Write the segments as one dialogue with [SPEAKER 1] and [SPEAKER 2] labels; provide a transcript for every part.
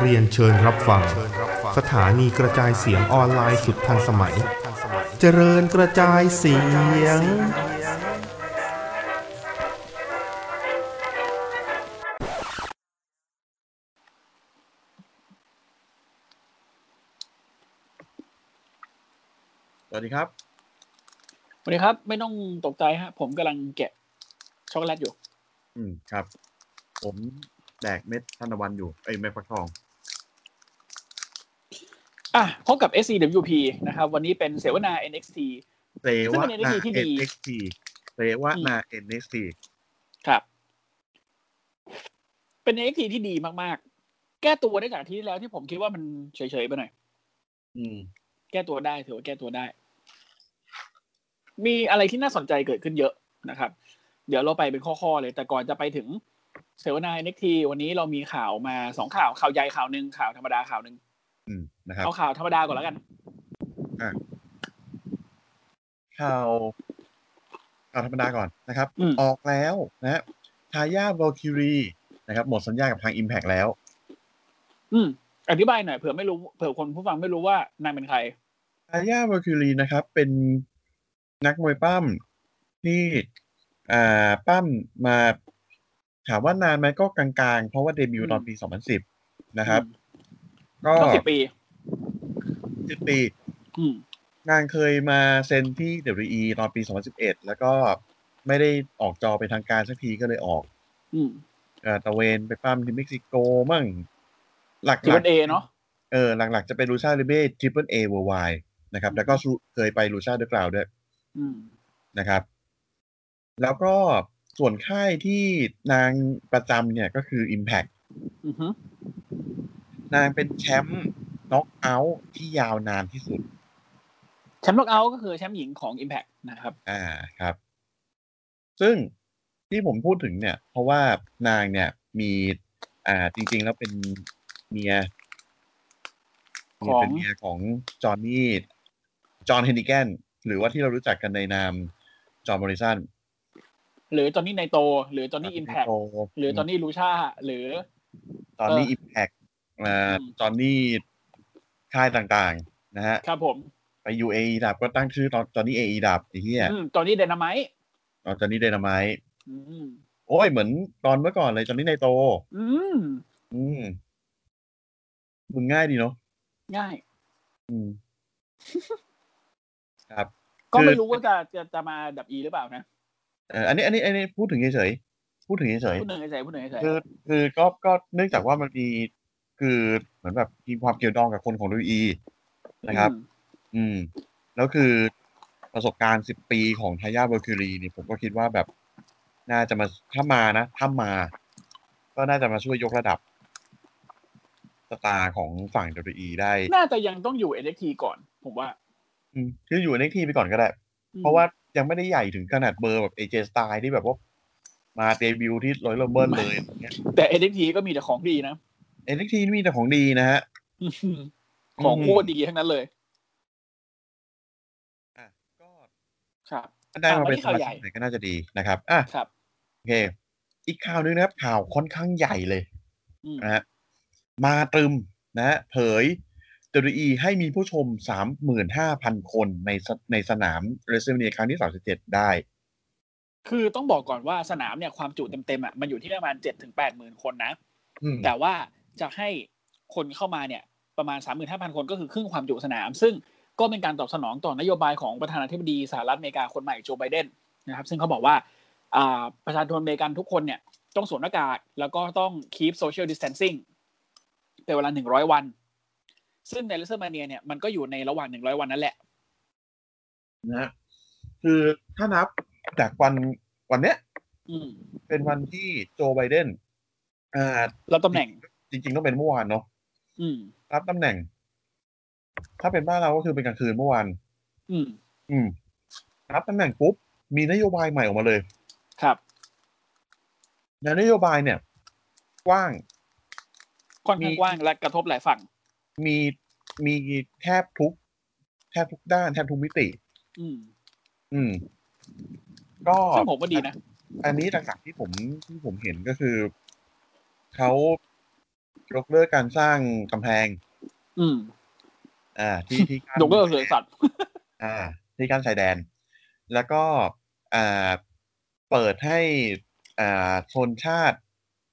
[SPEAKER 1] เรียนเชิญรับฟัง สถานีกระจายเสียงออนไลน์สุดทันสมัย เจริญกระจายเสียง
[SPEAKER 2] สวัสดีครับ
[SPEAKER 3] สวัสดีครับ ไม่ต้องตกใจฮะ ผมกำลังแกะช็อกโกแลตอยู่
[SPEAKER 2] อืมครับ ผมแดกเม็ดธนวันอยู่ไอ้ยเม็ดฟักทอง
[SPEAKER 3] อ่ะพบกับ SCWP นะครับ วันนี้เป็นเสวนา NXT
[SPEAKER 2] เรวะ
[SPEAKER 3] ซึ่งเป็น
[SPEAKER 2] นา
[SPEAKER 3] NXT ที่ดี
[SPEAKER 2] NXT เรวะนา NXT
[SPEAKER 3] ครับ เป็น NXT ที่ดีมากๆ แก้ตัวได้จากที่แล้วที่ผมคิดว่ามันเฉยๆไปหน่อย
[SPEAKER 2] อืม
[SPEAKER 3] แก้ตัวได้ถือว่าแก้ตัวได้ มีอะไรที่น่าสนใจเกิดขึ้นเยอะนะครับ เดี๋ยวเราไปเป็นข้อๆเลย แต่ก่อนจะไปถึงเสวนา NXT วันนี้เรามีข่าวมาสองข่าวข่าวใหญ่ข่าวหนึ่งข่าวธรรมดาข่าวหนึ่ง
[SPEAKER 2] อืมนะครับ
[SPEAKER 3] เอาข่าวธรรมดาก่อนแล้วกัน
[SPEAKER 2] ข่าวข่าวธรรมดาก่อนนะครับ
[SPEAKER 3] อืม
[SPEAKER 2] ออกแล้วนะฮะทายาบอลคิรีนะครับ หมดสัญญากับทาง Impact แล้ว
[SPEAKER 3] อืมอธิบายหน่อยเผื่อไม่รู้เผื่อคนผู้ฟังไม่รู้ว่านางเป็นใคร
[SPEAKER 2] ทายาบอลคิรีนะครับ เป็นนักมวยปั้มที่อ่าปั้มมาถามว่านานไหมก็กลางๆ เพราะว่าเดบิวต์ตอนปี 2010 นะครับ ก็
[SPEAKER 3] ก็สิบปี
[SPEAKER 2] สิบปี
[SPEAKER 3] อืม
[SPEAKER 2] นางเคยมาเซ็นที่ WE ตอนปี 2011 แล้วก็ไม่ได้ออกจอเป็นทางการสักทีก็เลยออก
[SPEAKER 3] อืม
[SPEAKER 2] เอ่อตะเวนไปปั้มที่เม็กซิโกมั่ง หลัก
[SPEAKER 3] จีวันเอเนาะ
[SPEAKER 2] เออหลักๆ จะเป็นลูซาลิเบ้ทริปเปิลเอเวอร์ไวนะครับ
[SPEAKER 3] อืม
[SPEAKER 2] แล้วก็สู้เคยไปลูซาเดอะกราวด้วย
[SPEAKER 3] อืม
[SPEAKER 2] นะครับ แล้วก็ส่วนค่ายที่นางประจำเนี่ยก็คือ Impact
[SPEAKER 3] อือฮึ
[SPEAKER 2] นางเป็นแชมป์น็อกเอาท์ที่ยาวนานที่สุด
[SPEAKER 3] แชมป์ล็อกเอาท์ก็คือแชมป์หญิงของ Impact นะครับ
[SPEAKER 2] อ่าครับ ซึ่งที่ผมพูดถึงเนี่ย เพราะว่านางเนี่ยมี อ่า จริง ๆ แล้วเป็นเมีย
[SPEAKER 3] ของ
[SPEAKER 2] เป็นเมียของจอห์นนี่จอห์นเฮนิแกนหรือว่าที่เรารู้จักกันในนามจอห์นมอริสัน
[SPEAKER 3] หรือจอนนี่ไนโต หรือจอนนี่อิมแพคหรือจอนนี่ลูชาหรือ
[SPEAKER 2] จอห์นนี่
[SPEAKER 3] เอ่อ
[SPEAKER 2] อิมแพกอ่า
[SPEAKER 3] อืม
[SPEAKER 2] จอห์นนี่ค่ายต่างๆ นะฮะ
[SPEAKER 3] ครับผม
[SPEAKER 2] ไป UAE ดับก็ตั้งชื่อจอห์นนี่ AE ดับไอ้เหี้ย
[SPEAKER 3] อืมจอนนี่เดนามาย
[SPEAKER 2] จอห์นนี่เดนาม t e
[SPEAKER 3] อืม
[SPEAKER 2] โอ้ยเหมือนตอนเมื่อก่อนเลยจอห์นนี่ไนโต
[SPEAKER 3] อืม
[SPEAKER 2] อืมมึงง่ายดีเนาะ
[SPEAKER 3] ง่าย
[SPEAKER 2] อืม ครับ
[SPEAKER 3] ก็
[SPEAKER 2] คือ
[SPEAKER 3] ไม่รู้ว่าจะจะจะมาดับอีหรือเปล่านะ
[SPEAKER 2] เอ่ออันนี้ อันนี้ อันนี้พูดถึงเฉยๆพูดถึงเฉย
[SPEAKER 3] พูดหนึ่งใจพูดหนึ่งใจ
[SPEAKER 2] ๆคือ คือก็ก็เนื่องจากว่ามันมีคือเหมือนแบบมีความเกี่ยวดองกับคนของลูอีนะครับ อืม แล้วคือประสบการณ์สิบปีของทายาเบอร์คิวรีนี่ผมก็คิดว่าแบบ น่าจะมาถ้ามานะถ้ามา ก็น่าจะมาช่วยยกระดับสตาร์ของฝั่ง WWE ได้
[SPEAKER 3] น่าจะยังต้องอยู่ NXT ก่อน ผมว่า
[SPEAKER 2] อืมคืออยู่ในที่ไปก่อนก็ได้
[SPEAKER 3] อืม
[SPEAKER 2] เพราะว่ายังไม่ได้ใหญ่ถึงขนาดเบอร์แบบเอเจสไตล์ที่แบบว่ามาเดบิวต์ที่ร้อยเลเบิร์เลยอะไรเงี้ย
[SPEAKER 3] แต่ NXT ก็มีแต่ของดีนะ
[SPEAKER 2] เอ็นเอ็กทีมีแต่ของดีนะฮะ
[SPEAKER 3] ของโคตรดีทั้งนั้นเลย
[SPEAKER 2] อ่ะ ก็
[SPEAKER 3] ครับ
[SPEAKER 2] ถ้าได้มาเป็นสมาชิกไหนก็น่าจะดีนะครับ อ่ะ
[SPEAKER 3] ครับ
[SPEAKER 2] โอเค อีกข่าวหนึงนะครับ ข่าวค่อนข้างใหญ่เลย
[SPEAKER 3] อืม
[SPEAKER 2] นะฮะมาตรึมนะฮะเผย WWE ให้มีผู้ชม 35,000 คนในสในสนาม r e s t l e m a n i a ครั้งที่ 37 ได้
[SPEAKER 3] คือต้องบอกก่อนว่าสนามเนี่ยความจุเต็มๆอ่ะมันอยู่ที่ประมาณเจ็ดถึงแปดหมื่นคนนะ
[SPEAKER 2] อืม
[SPEAKER 3] แต่ว่าจะให้คนเข้ามาเนี่ยประมาณ 35,000 คนก็คือครึ่งความจุสนาม ซึ่งก็เป็นการตอบสนองต่อนโยบายของประธานาธิบดีสหรัฐอเมริกาคนใหม่โจไบเดนนะครับ ซึ่งเขาบอกว่าอ่าประชาชนอเมริกันทุกคนเนี่ยต้องสวมหน้ากากแล้วก็ต้อง keep social distancing เป็นเวลา 100 วัน ซึ่งในเลเซอร์มาเนียเนี่ยมันก็อยู่ในระหว่าง 100 วันนั่นแหละ
[SPEAKER 2] นะฮะคือถ้านับจากวันวันเนี้ย
[SPEAKER 3] อืม
[SPEAKER 2] เป็นวันที่โจไบเดนอ่า
[SPEAKER 3] แล้วตำแหน่ง
[SPEAKER 2] จริงๆต้องเป็นเมื่อวานเนาะ
[SPEAKER 3] อืม
[SPEAKER 2] รับตำแหน่ง ถ้าเป็นบ้านเราก็คือเป็นกลางคืนเมื่อวาน
[SPEAKER 3] อืม
[SPEAKER 2] อืม รับตำแหน่งปุ๊บ มีนโยบายใหม่ออกมาเลย
[SPEAKER 3] ครับ
[SPEAKER 2] แล้วนโยบายเนี่ย กว้าง
[SPEAKER 3] ค่อนข้างกว้างและกระทบหลายฝั่ง
[SPEAKER 2] มีมีแทบทุก แทบทุกด้านแทบทุกมิติ
[SPEAKER 3] อืม
[SPEAKER 2] อืม ก็
[SPEAKER 3] ซึ่งผมว่าดีนะ
[SPEAKER 2] อันนี้หลักๆที่ผมที่ผมเห็นก็คือ เขายกเลิกการสร้างกำแพง
[SPEAKER 3] อืม
[SPEAKER 2] อ่า ที่ที่น
[SPEAKER 3] ยกเลิกเลยสัตว์
[SPEAKER 2] อ่าที่กั้นชายแดน แล้วก็อ่าเปิดให้อ่าชนชาติ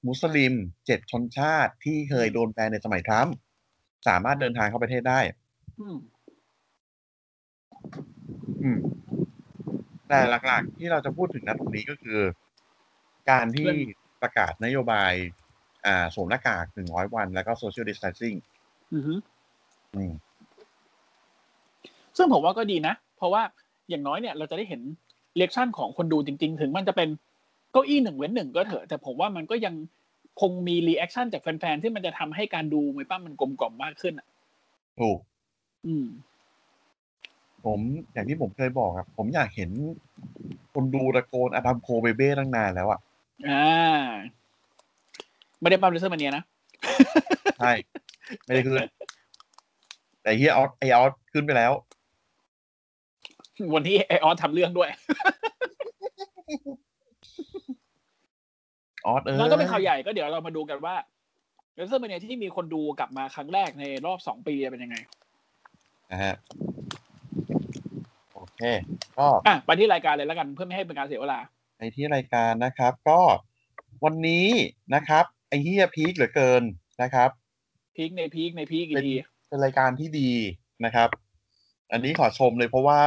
[SPEAKER 2] มุสลิมเจ็ดชนชาติที่เคยโดนแบนในสมัยทรัมป์สามารถเดินทางเข้าประเทศได้
[SPEAKER 3] อืม
[SPEAKER 2] อืม แต่หลักๆ ที่เราจะพูดถึงนะตรงนี้ก็คือ การที่ประกาศนโยบาย อ่าสวมหน้ากากหนึ่งร้อยวัน แล้วก็โซเชียลดิส a ท c ซิ่ง
[SPEAKER 3] อือฮึ
[SPEAKER 2] อืม
[SPEAKER 3] ซึ่งผมว่าก็ดีนะ เพราะว่าอย่างน้อยเนี่ยเราจะได้เห็นเรียกชั่นของคนดูจริง ๆ ถึงมันจะเป็นเก้าอี้หนึ่งเว้นหนึ่งก็เถอะ แต่ผมว่ามันก็ยังคงมีรีแอคชั่นจากแฟนๆที่มันจะทำให้การดูมวยปั้มมันกลมกล่อมมากขึ้นอ่ะ
[SPEAKER 2] ถูก
[SPEAKER 3] อืม
[SPEAKER 2] ผมอย่างที่ผมเคยบอกครับ ผมอยากเห็น คนดูตะโกนอดัมโคเบเบ้ตั้งนานแล้วอ่ะ
[SPEAKER 3] อ่า ไม่ได้ปั้มเลเซอร์มาเนียนะ
[SPEAKER 2] ใช่ ไม่ได้ขึ้น แต่เฮียออสไอออสขึ้นไปแล้ว
[SPEAKER 3] วันที่ไอออสทำเรื่องด้วย
[SPEAKER 2] ออสเออ
[SPEAKER 3] แล้วก็เป็นข่าวใหญ่ก็เดี๋ยวเรามาดูกันว่าเลเซอร์มาเนียที่มีคนดูกลับมาครั้งแรกในรอบสองปีจะเป็นยังไง
[SPEAKER 2] นะฮะโอเค ก็
[SPEAKER 3] อ่ะไปที่รายการเลยแล้วกันเพื่อไม่ให้เป็นการเสียเวลา
[SPEAKER 2] ในที่รายการนะครับ ก็วันนี้นะครับ ไอเฮียพีคเหลือเกินนะครับ
[SPEAKER 3] พีคในพีคในพีคอีกที
[SPEAKER 2] เป็นรายการที่ดีนะครับ อันนี้ขอชมเลยเพราะว่า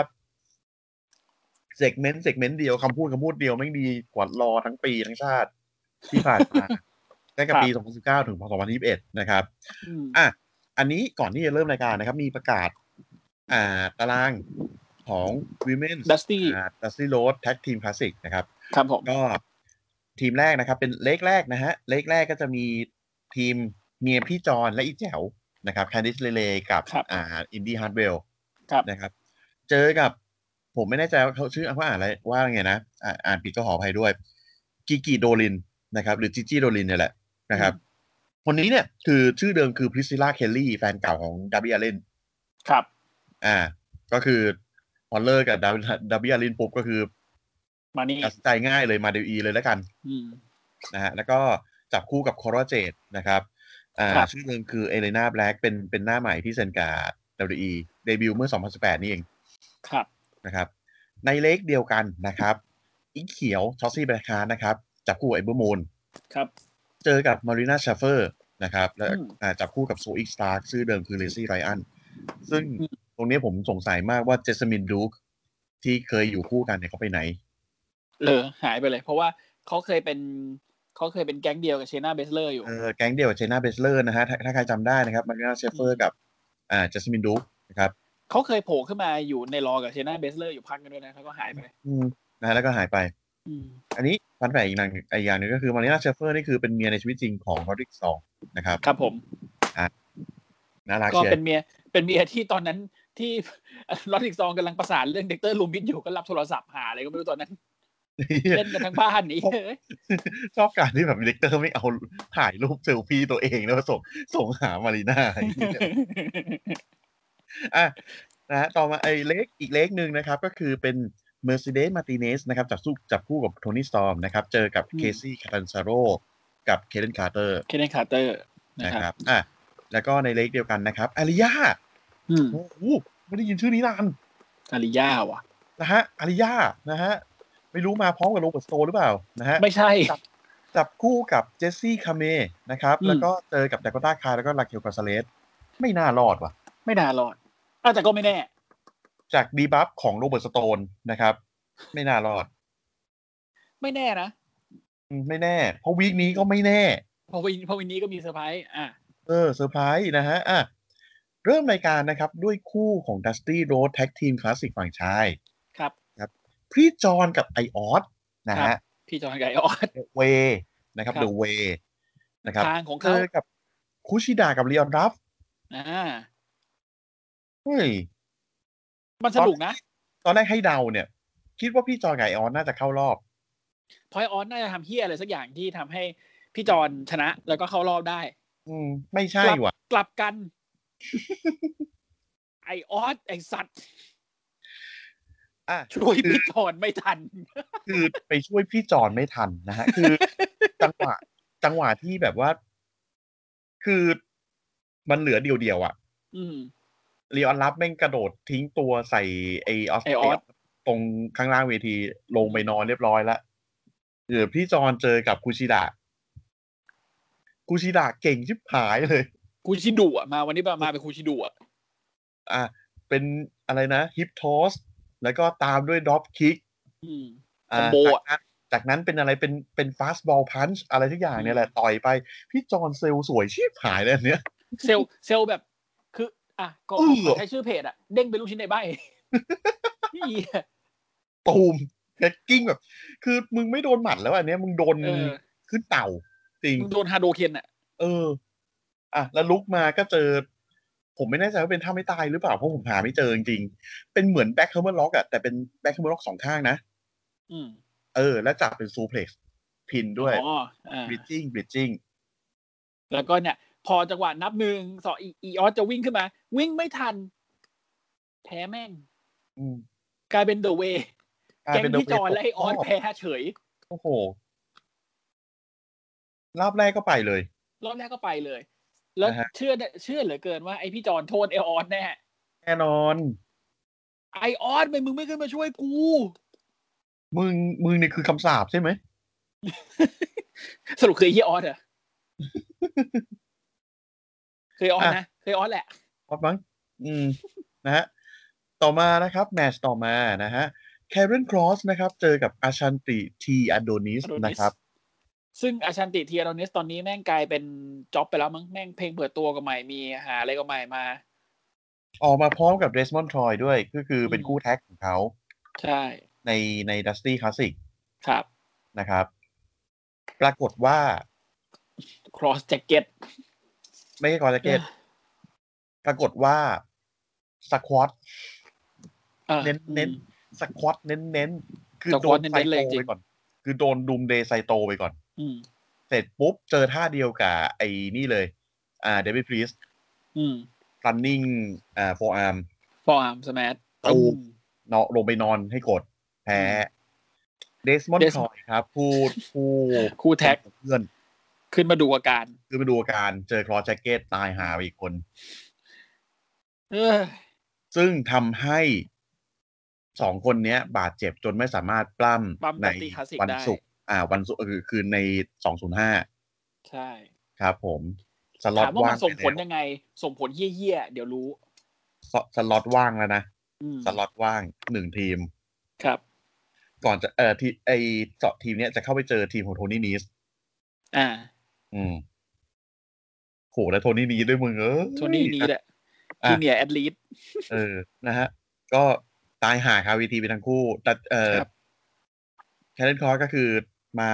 [SPEAKER 2] เซกเมนต์เซกเมนต์เดียวคำพูดคำพูดเดียวไม่งดีกว่ารอทั้งปีทั้งชาติที่ผ่าน มา ตั้งแต่ปี 2019 ถึง 2021 นะครับ
[SPEAKER 3] อืม
[SPEAKER 2] อ่ะ อันนี้ก่อนที่จะเริ่มรายการนะครับ มีประกาศ อ่า ตารางของ Women's
[SPEAKER 3] ดัสตี้
[SPEAKER 2] ดัสซี่โรดแท็กทีมคลาสสิกนะครับ
[SPEAKER 3] ครับผม
[SPEAKER 2] ก็ทีมแรกนะครับ เป็นเลขแรกนะฮะ เลขแรกก็จะมีทีมเมียพี่จอนและอีแจ๋วนะครับแคนดิสเลเลกับ
[SPEAKER 3] ครับ
[SPEAKER 2] อ่าอินดี้ฮาร์ดเวล
[SPEAKER 3] ครับ
[SPEAKER 2] นะครับ เจอกับผมไม่แน่ใจว่าเขาชื่อเขาอ่านอะไรว่าไงนะอ่าอ่านผิดก็ขออภัยด้วยกิกิโดลินนะครับ หรือจิจิโดลินเนี่ยแหละนะครับ คนนี้เนี่ยคือชื่อเดิมคือพริซิล่าเคลลี่แฟนเก่าของดาบิอาเลน
[SPEAKER 3] ครับ
[SPEAKER 2] อ่า ก็คือพอเลิกกับดาบิอาเลนปุ๊บก็คือ
[SPEAKER 3] มานี่
[SPEAKER 2] ตัดสินใจง่ายเลยมาเดลีเลยแล้วกัน
[SPEAKER 3] อืม
[SPEAKER 2] นะฮะแล้วก็จับคู่กับคอร์เจตนะครับอ่า
[SPEAKER 3] ครับ
[SPEAKER 2] ชื่อเดิมคือเอเลนาแบล็กเป็นเป็นหน้าใหม่ที่เซนการ์ด WE เดบิวต์เมื่อ 2018 นี่เอง
[SPEAKER 3] ครับ
[SPEAKER 2] นะครับ ในเลกเดียวกันนะครับ อีเขียวชอสซี่แบล็กฮาร์ดนะครับ จับคู่ไอเบอร์มูน
[SPEAKER 3] ครับ
[SPEAKER 2] เจอกับมารีนาชาเฟอร์นะครับแล้ว
[SPEAKER 3] อืม
[SPEAKER 2] อ่าจับคู่กับโซอีกสตาร์ชื่อเดิมคือเลซี่ไรอันซึ่ง
[SPEAKER 3] อืม
[SPEAKER 2] ตรงนี้ผมสงสัยมากว่าเจสมินดูคที่เคยอยู่คู่กันเนี่ยเขาไปไหน
[SPEAKER 3] เออหายไปเลย เพราะว่าเขาเคยเป็นเขาเคยเป็นแก๊งเดียวกับเชน่าเบสเลอร์อยู่
[SPEAKER 2] เออแก๊งเดียวกับเชน่าเบสเลอร์นะฮะถ้าถ้าใครจำได้นะครับมารินาเชฟเฟอร์กับอ่าจัสมินดูนะครับ
[SPEAKER 3] เขาเคยโผล่ขึ้นมาอยู่ในรอกับเชน่าเบสเลอร์อยู่พักกันด้วยนะแล้วก็หายไป
[SPEAKER 2] อืมนะฮะแล้วก็หายไป
[SPEAKER 3] อืม
[SPEAKER 2] อันนี้ฟันแฝงอีกหนึ่งอีกอย่างหนึ่งก็คือมารินาเชฟเฟอร์นี่คือเป็นเมียในชีวิตจริงของรอดริกซองนะครับ
[SPEAKER 3] ครับผม
[SPEAKER 2] น่ารัก
[SPEAKER 3] ก็
[SPEAKER 2] เชีย
[SPEAKER 3] เป็น
[SPEAKER 2] ร์
[SPEAKER 3] เมีย เป็นเมียที่ตอนนั้นที่ ลอติกซองกำลังประสานเรื่องเด็กเตอร์ลูมิดอยู่ก็รับโทรศัพท์หาอะไรก็ไม่รู้ ตอนนั้น เล่นกันทั้งบ้านนี่
[SPEAKER 2] ชอบการที่แบบเด็กเตอร์ไม่เอาถ่ายรูปเซลฟี่ตัวเองแล้วส่งส่งหามารินา อ่ะนะฮะต่อมาไอ้เล็กอีกเล็กหนึ่งนะครับ ก็คือเป็น Mercedes Martinez นะครับจับสู้จับคู่กับโทนี่สตอมนะครับ เจอกับ
[SPEAKER 3] อืม
[SPEAKER 2] เคซี่คาตันซาโรกับเคเดนคาร์เตอร์
[SPEAKER 3] เคนเนคาร์เตอร์นะ
[SPEAKER 2] นะ
[SPEAKER 3] ค
[SPEAKER 2] ครับ รับ อ่ะ แล้วก็ในเลขเดียวกันนะครับอาริยา
[SPEAKER 3] อืม
[SPEAKER 2] โอ้โหไม่ได้ยินชื่อนี้นาน
[SPEAKER 3] อาริยาว่ะ
[SPEAKER 2] นะฮะอาริยานะฮะ ไม่รู้มาพร้อมกับโรเบิร์ตสโตนหรือเปล่า นะฮะ
[SPEAKER 3] ไม่ใช่
[SPEAKER 2] จับคู่กับเจสซี่คาเมนะครับ
[SPEAKER 3] อืม
[SPEAKER 2] แล้วก็เจอกับดากต้าคาร์แล้วก็ลาเคลกาซาเลส ไม่น่ารอดว่ะ
[SPEAKER 3] ไม่น่ารอดอ้าวแต่ก็ไม่แน่
[SPEAKER 2] จากดีบัฟของโรเบิร์ตสโตนนะครับ ไม่น่ารอด
[SPEAKER 3] ไม่แน่นะ
[SPEAKER 2] อืมไม่แน่ เพราะวีคนี้ก็ไม่แน่
[SPEAKER 3] เพอวินเพอวินนี้ก็มีเซอร์ไพรส์อ่ะ
[SPEAKER 2] เออเซอร์ไพรส์นะฮะ อ่ะ เริ่มรายการนะครับ ด้วยคู่ของ Dusty Road Tag Team Classic ฝั่งชาย
[SPEAKER 3] ครับ
[SPEAKER 2] พี่จอนกับไอออสนะ
[SPEAKER 3] ครั
[SPEAKER 2] ฮะ
[SPEAKER 3] บ พี่จอห์นไกออส
[SPEAKER 2] เวนะครับ
[SPEAKER 3] ครับ
[SPEAKER 2] เดอะเวนะครับ
[SPEAKER 3] ทางของ
[SPEAKER 2] เจ
[SPEAKER 3] เขา
[SPEAKER 2] อกับคุชิดากับเรียนรับ
[SPEAKER 3] อ่า
[SPEAKER 2] เฮ้ย
[SPEAKER 3] มันสนุกนะ
[SPEAKER 2] ตอนแรกให้เดาเนี่ย คิดว่าพี่จอยไก่ออนน่าจะเข้ารอบ
[SPEAKER 3] พอยออนน่าจะทำเฮียอะไรสักอย่างที่ทำให้พี่จอห์นชนะ แล้วก็เข้ารอบได้
[SPEAKER 2] อืม ไม่ใช่
[SPEAKER 3] ครับ
[SPEAKER 2] ว่ะ
[SPEAKER 3] กลับกัน ไอออสไอสัตว์
[SPEAKER 2] อ่ะ
[SPEAKER 3] ช่วยพี่จอนไม่ทัน
[SPEAKER 2] คือไปช่วยพี่จอนไม่ทันนะ ฮะ คือ จังหวะจังหวะที่แบบว่า คือมันเหลือเดียวๆอ่ะ
[SPEAKER 3] อืม
[SPEAKER 2] ลีออนรับแม่งกระโดดทิ้งตัวใส่ไอออส
[SPEAKER 3] ไอ้ออส
[SPEAKER 2] ตรงข้างล่างเวทีลงไปนอนเรียบร้อยแล้วเหลือพี่จอนเจอกับคูชิดะคูชิดะเก่งชิบหายเลย
[SPEAKER 3] คูชิดุอะมาวันนี้มาเป็นคูชิดุอะ
[SPEAKER 2] อ่ะเป็นอะไรนะฮิปทอสแล้วก็ตามด้วยดรอปคิก
[SPEAKER 3] อืม
[SPEAKER 2] อ่า
[SPEAKER 3] คอมโบอะ
[SPEAKER 2] จากนั้นจากนั้นเป็นอะไรเป็นเป็นฟาสต์บอลพันช์อะไรทุกอย่างเนี่ยแหละ ต่อยไป พี่จอห์นเซลลสวยชีพหายเลยอันเนี้ย
[SPEAKER 3] เซลลเซลลแบบ คือ อ่ะก็
[SPEAKER 2] อื้อ
[SPEAKER 3] ขอใช้ชื่อเพจอะเด้งเป็นลูกชิ้ นในใบเหี้ย
[SPEAKER 2] ตูมแท็กกิ้งแบบ คือมึงไม่โดนหมัดแล้วอันเนี้ยมึงโดน
[SPEAKER 3] เออ
[SPEAKER 2] ขึ้นเต่า จริง
[SPEAKER 3] มึงโดนฮาโดเคนอะ
[SPEAKER 2] เออ อ่ะ แล้วลุกมาก็เจอ ผมไม่แน่ใจว่าเป็นท่าไม่ตายหรือเปล่า เพราะผมหาไม่เจอจริงๆเป็นเหมือนแบ็คเฮอร์เมอร์ล็อกอะแต่เป็นแบ็คเฮอร์เมอร์ล็อกสองข้างนะ
[SPEAKER 3] อืม
[SPEAKER 2] เออ แล้วจับเป็นซูเพล็กซ์พินด้วย
[SPEAKER 3] อ๋ออ่า
[SPEAKER 2] บริดจิ้งบริดจิ้ง
[SPEAKER 3] แล้วก็เนี่ย พอจังหวะนับหนึ่งสองอีอีออสจะวิ่งขึ้นมา วิ่งไม่ทัน แพ้แม่ง
[SPEAKER 2] อืม
[SPEAKER 3] กลายเป็นเดอะเวย์
[SPEAKER 2] ลาย
[SPEAKER 3] แก๊ง
[SPEAKER 2] เป็น The
[SPEAKER 3] พี่จอน
[SPEAKER 2] Way
[SPEAKER 3] และไอออสแพ้เฉย
[SPEAKER 2] โอ้โหรอบแรกก็ไปเลย
[SPEAKER 3] รอบแรกก็ไปเลย แล้ว
[SPEAKER 2] นะฮะ
[SPEAKER 3] เชื่อได้เชื่อเหลือเกินว่าไอพี่จอนโทษไอออสแน่
[SPEAKER 2] แน่นอน
[SPEAKER 3] ไอออสไปมึงไม่ขึ้นมาช่วยกู
[SPEAKER 2] มึง มึงนี่คือคำสาปใช่ไหม
[SPEAKER 3] สรุปคือไอ้เฮียออสเหรอ เคยออสนะ เคยออสแหละ
[SPEAKER 2] พอดมั้งอืม นะฮะ ต่อมานะครับ แมตช์ต่อมานะฮะแคเรนครอสนะครับ เจอกับอาชันติทีอ d โดนิส
[SPEAKER 3] Adonis
[SPEAKER 2] นะครับ
[SPEAKER 3] ซึ่งอาชันติเทียโดนิสตอนนี้แม่งกลายเป็นจ็อบไปแล้วมั้งแม่งเพลงเปิดตัวก็ใหม่มีหาอะไรก็ใหม่มา
[SPEAKER 2] ออกมาพร้อมกับเดสมอนทรอยด้วย ก็คือเป็น
[SPEAKER 3] อืม
[SPEAKER 2] คู่แท็กของเขา
[SPEAKER 3] ใช่
[SPEAKER 2] ในในดัสตี้คลาสสิก
[SPEAKER 3] ครับ
[SPEAKER 2] นะครับ ปรากฏว่า
[SPEAKER 3] ครอสแจ็ c เก็ต
[SPEAKER 2] ไม่ใช่กอร์เจเกตปรากฏว่าสควอต เน้นเน้น สควอตเน้นๆ คือโดน
[SPEAKER 3] squat
[SPEAKER 2] ไซโต
[SPEAKER 3] เน้นๆเลยจริง
[SPEAKER 2] ไปก่อน คือโดนดูมเดย์ไซโตไปก่อน
[SPEAKER 3] อืม
[SPEAKER 2] เสร็จปุ๊บ เจอท่าเดียวกับไอ้นี่เลย อ่าเดวิดพรีส
[SPEAKER 3] อืม
[SPEAKER 2] รันนิ่งอ่าโฟอาร์ม
[SPEAKER 3] ฟอร์มสมาร์ท
[SPEAKER 2] ตูม เนาะลงไปนอนให้กด แพ้เดสมอน
[SPEAKER 3] Desmond
[SPEAKER 2] คอยครับ ผู้ผู้
[SPEAKER 3] คู่แท็ก
[SPEAKER 2] เพื่อน
[SPEAKER 3] ขึ้นมาดูอาการ
[SPEAKER 2] คือมาดูอาการเจอคลอสแจ็คเก็ตตายหาไปอีกคน
[SPEAKER 3] เออ
[SPEAKER 2] ซึ่งทำให้สองคนเนี้ย บาดเจ็บจนไม่สามารถปล้
[SPEAKER 3] ปล้ำ
[SPEAKER 2] ำใน
[SPEAKER 3] Dusty Classic
[SPEAKER 2] วัน
[SPEAKER 3] ได้
[SPEAKER 2] ศุกร์อ่า วันศุกร์คือคือในสองศูนย์ห้า
[SPEAKER 3] ใช่
[SPEAKER 2] ครับผม สล็อ
[SPEAKER 3] ถา
[SPEAKER 2] ต
[SPEAKER 3] มว่า
[SPEAKER 2] ว่า
[SPEAKER 3] มั
[SPEAKER 2] ง
[SPEAKER 3] นส่งผล
[SPEAKER 2] ไปแว
[SPEAKER 3] ยังไง ส่งผลเยี่ยๆ เดี๋ยวรู้
[SPEAKER 2] สสล็อตว่างแล้วนะ
[SPEAKER 3] อืม
[SPEAKER 2] สล็อตว่างหนึ่งทีม
[SPEAKER 3] ครับ
[SPEAKER 2] ก่อนจะเออทีไอเจาะทีมเนี้ยจะเข้าไปเจอทีมของโทนี่นีส
[SPEAKER 3] อ่า
[SPEAKER 2] อืมโหแล้วโทนี่นีสด้วยมึงเออ
[SPEAKER 3] โทนี่นี้แหละ
[SPEAKER 2] อ่ะ
[SPEAKER 3] จูเนียร์แอดลีด
[SPEAKER 2] เออนะฮะ ก็ตายหาคาวีทีไปทั้งคู่ แต่เออ
[SPEAKER 3] ครับ
[SPEAKER 2] แคเรนคอร์ก็คือมา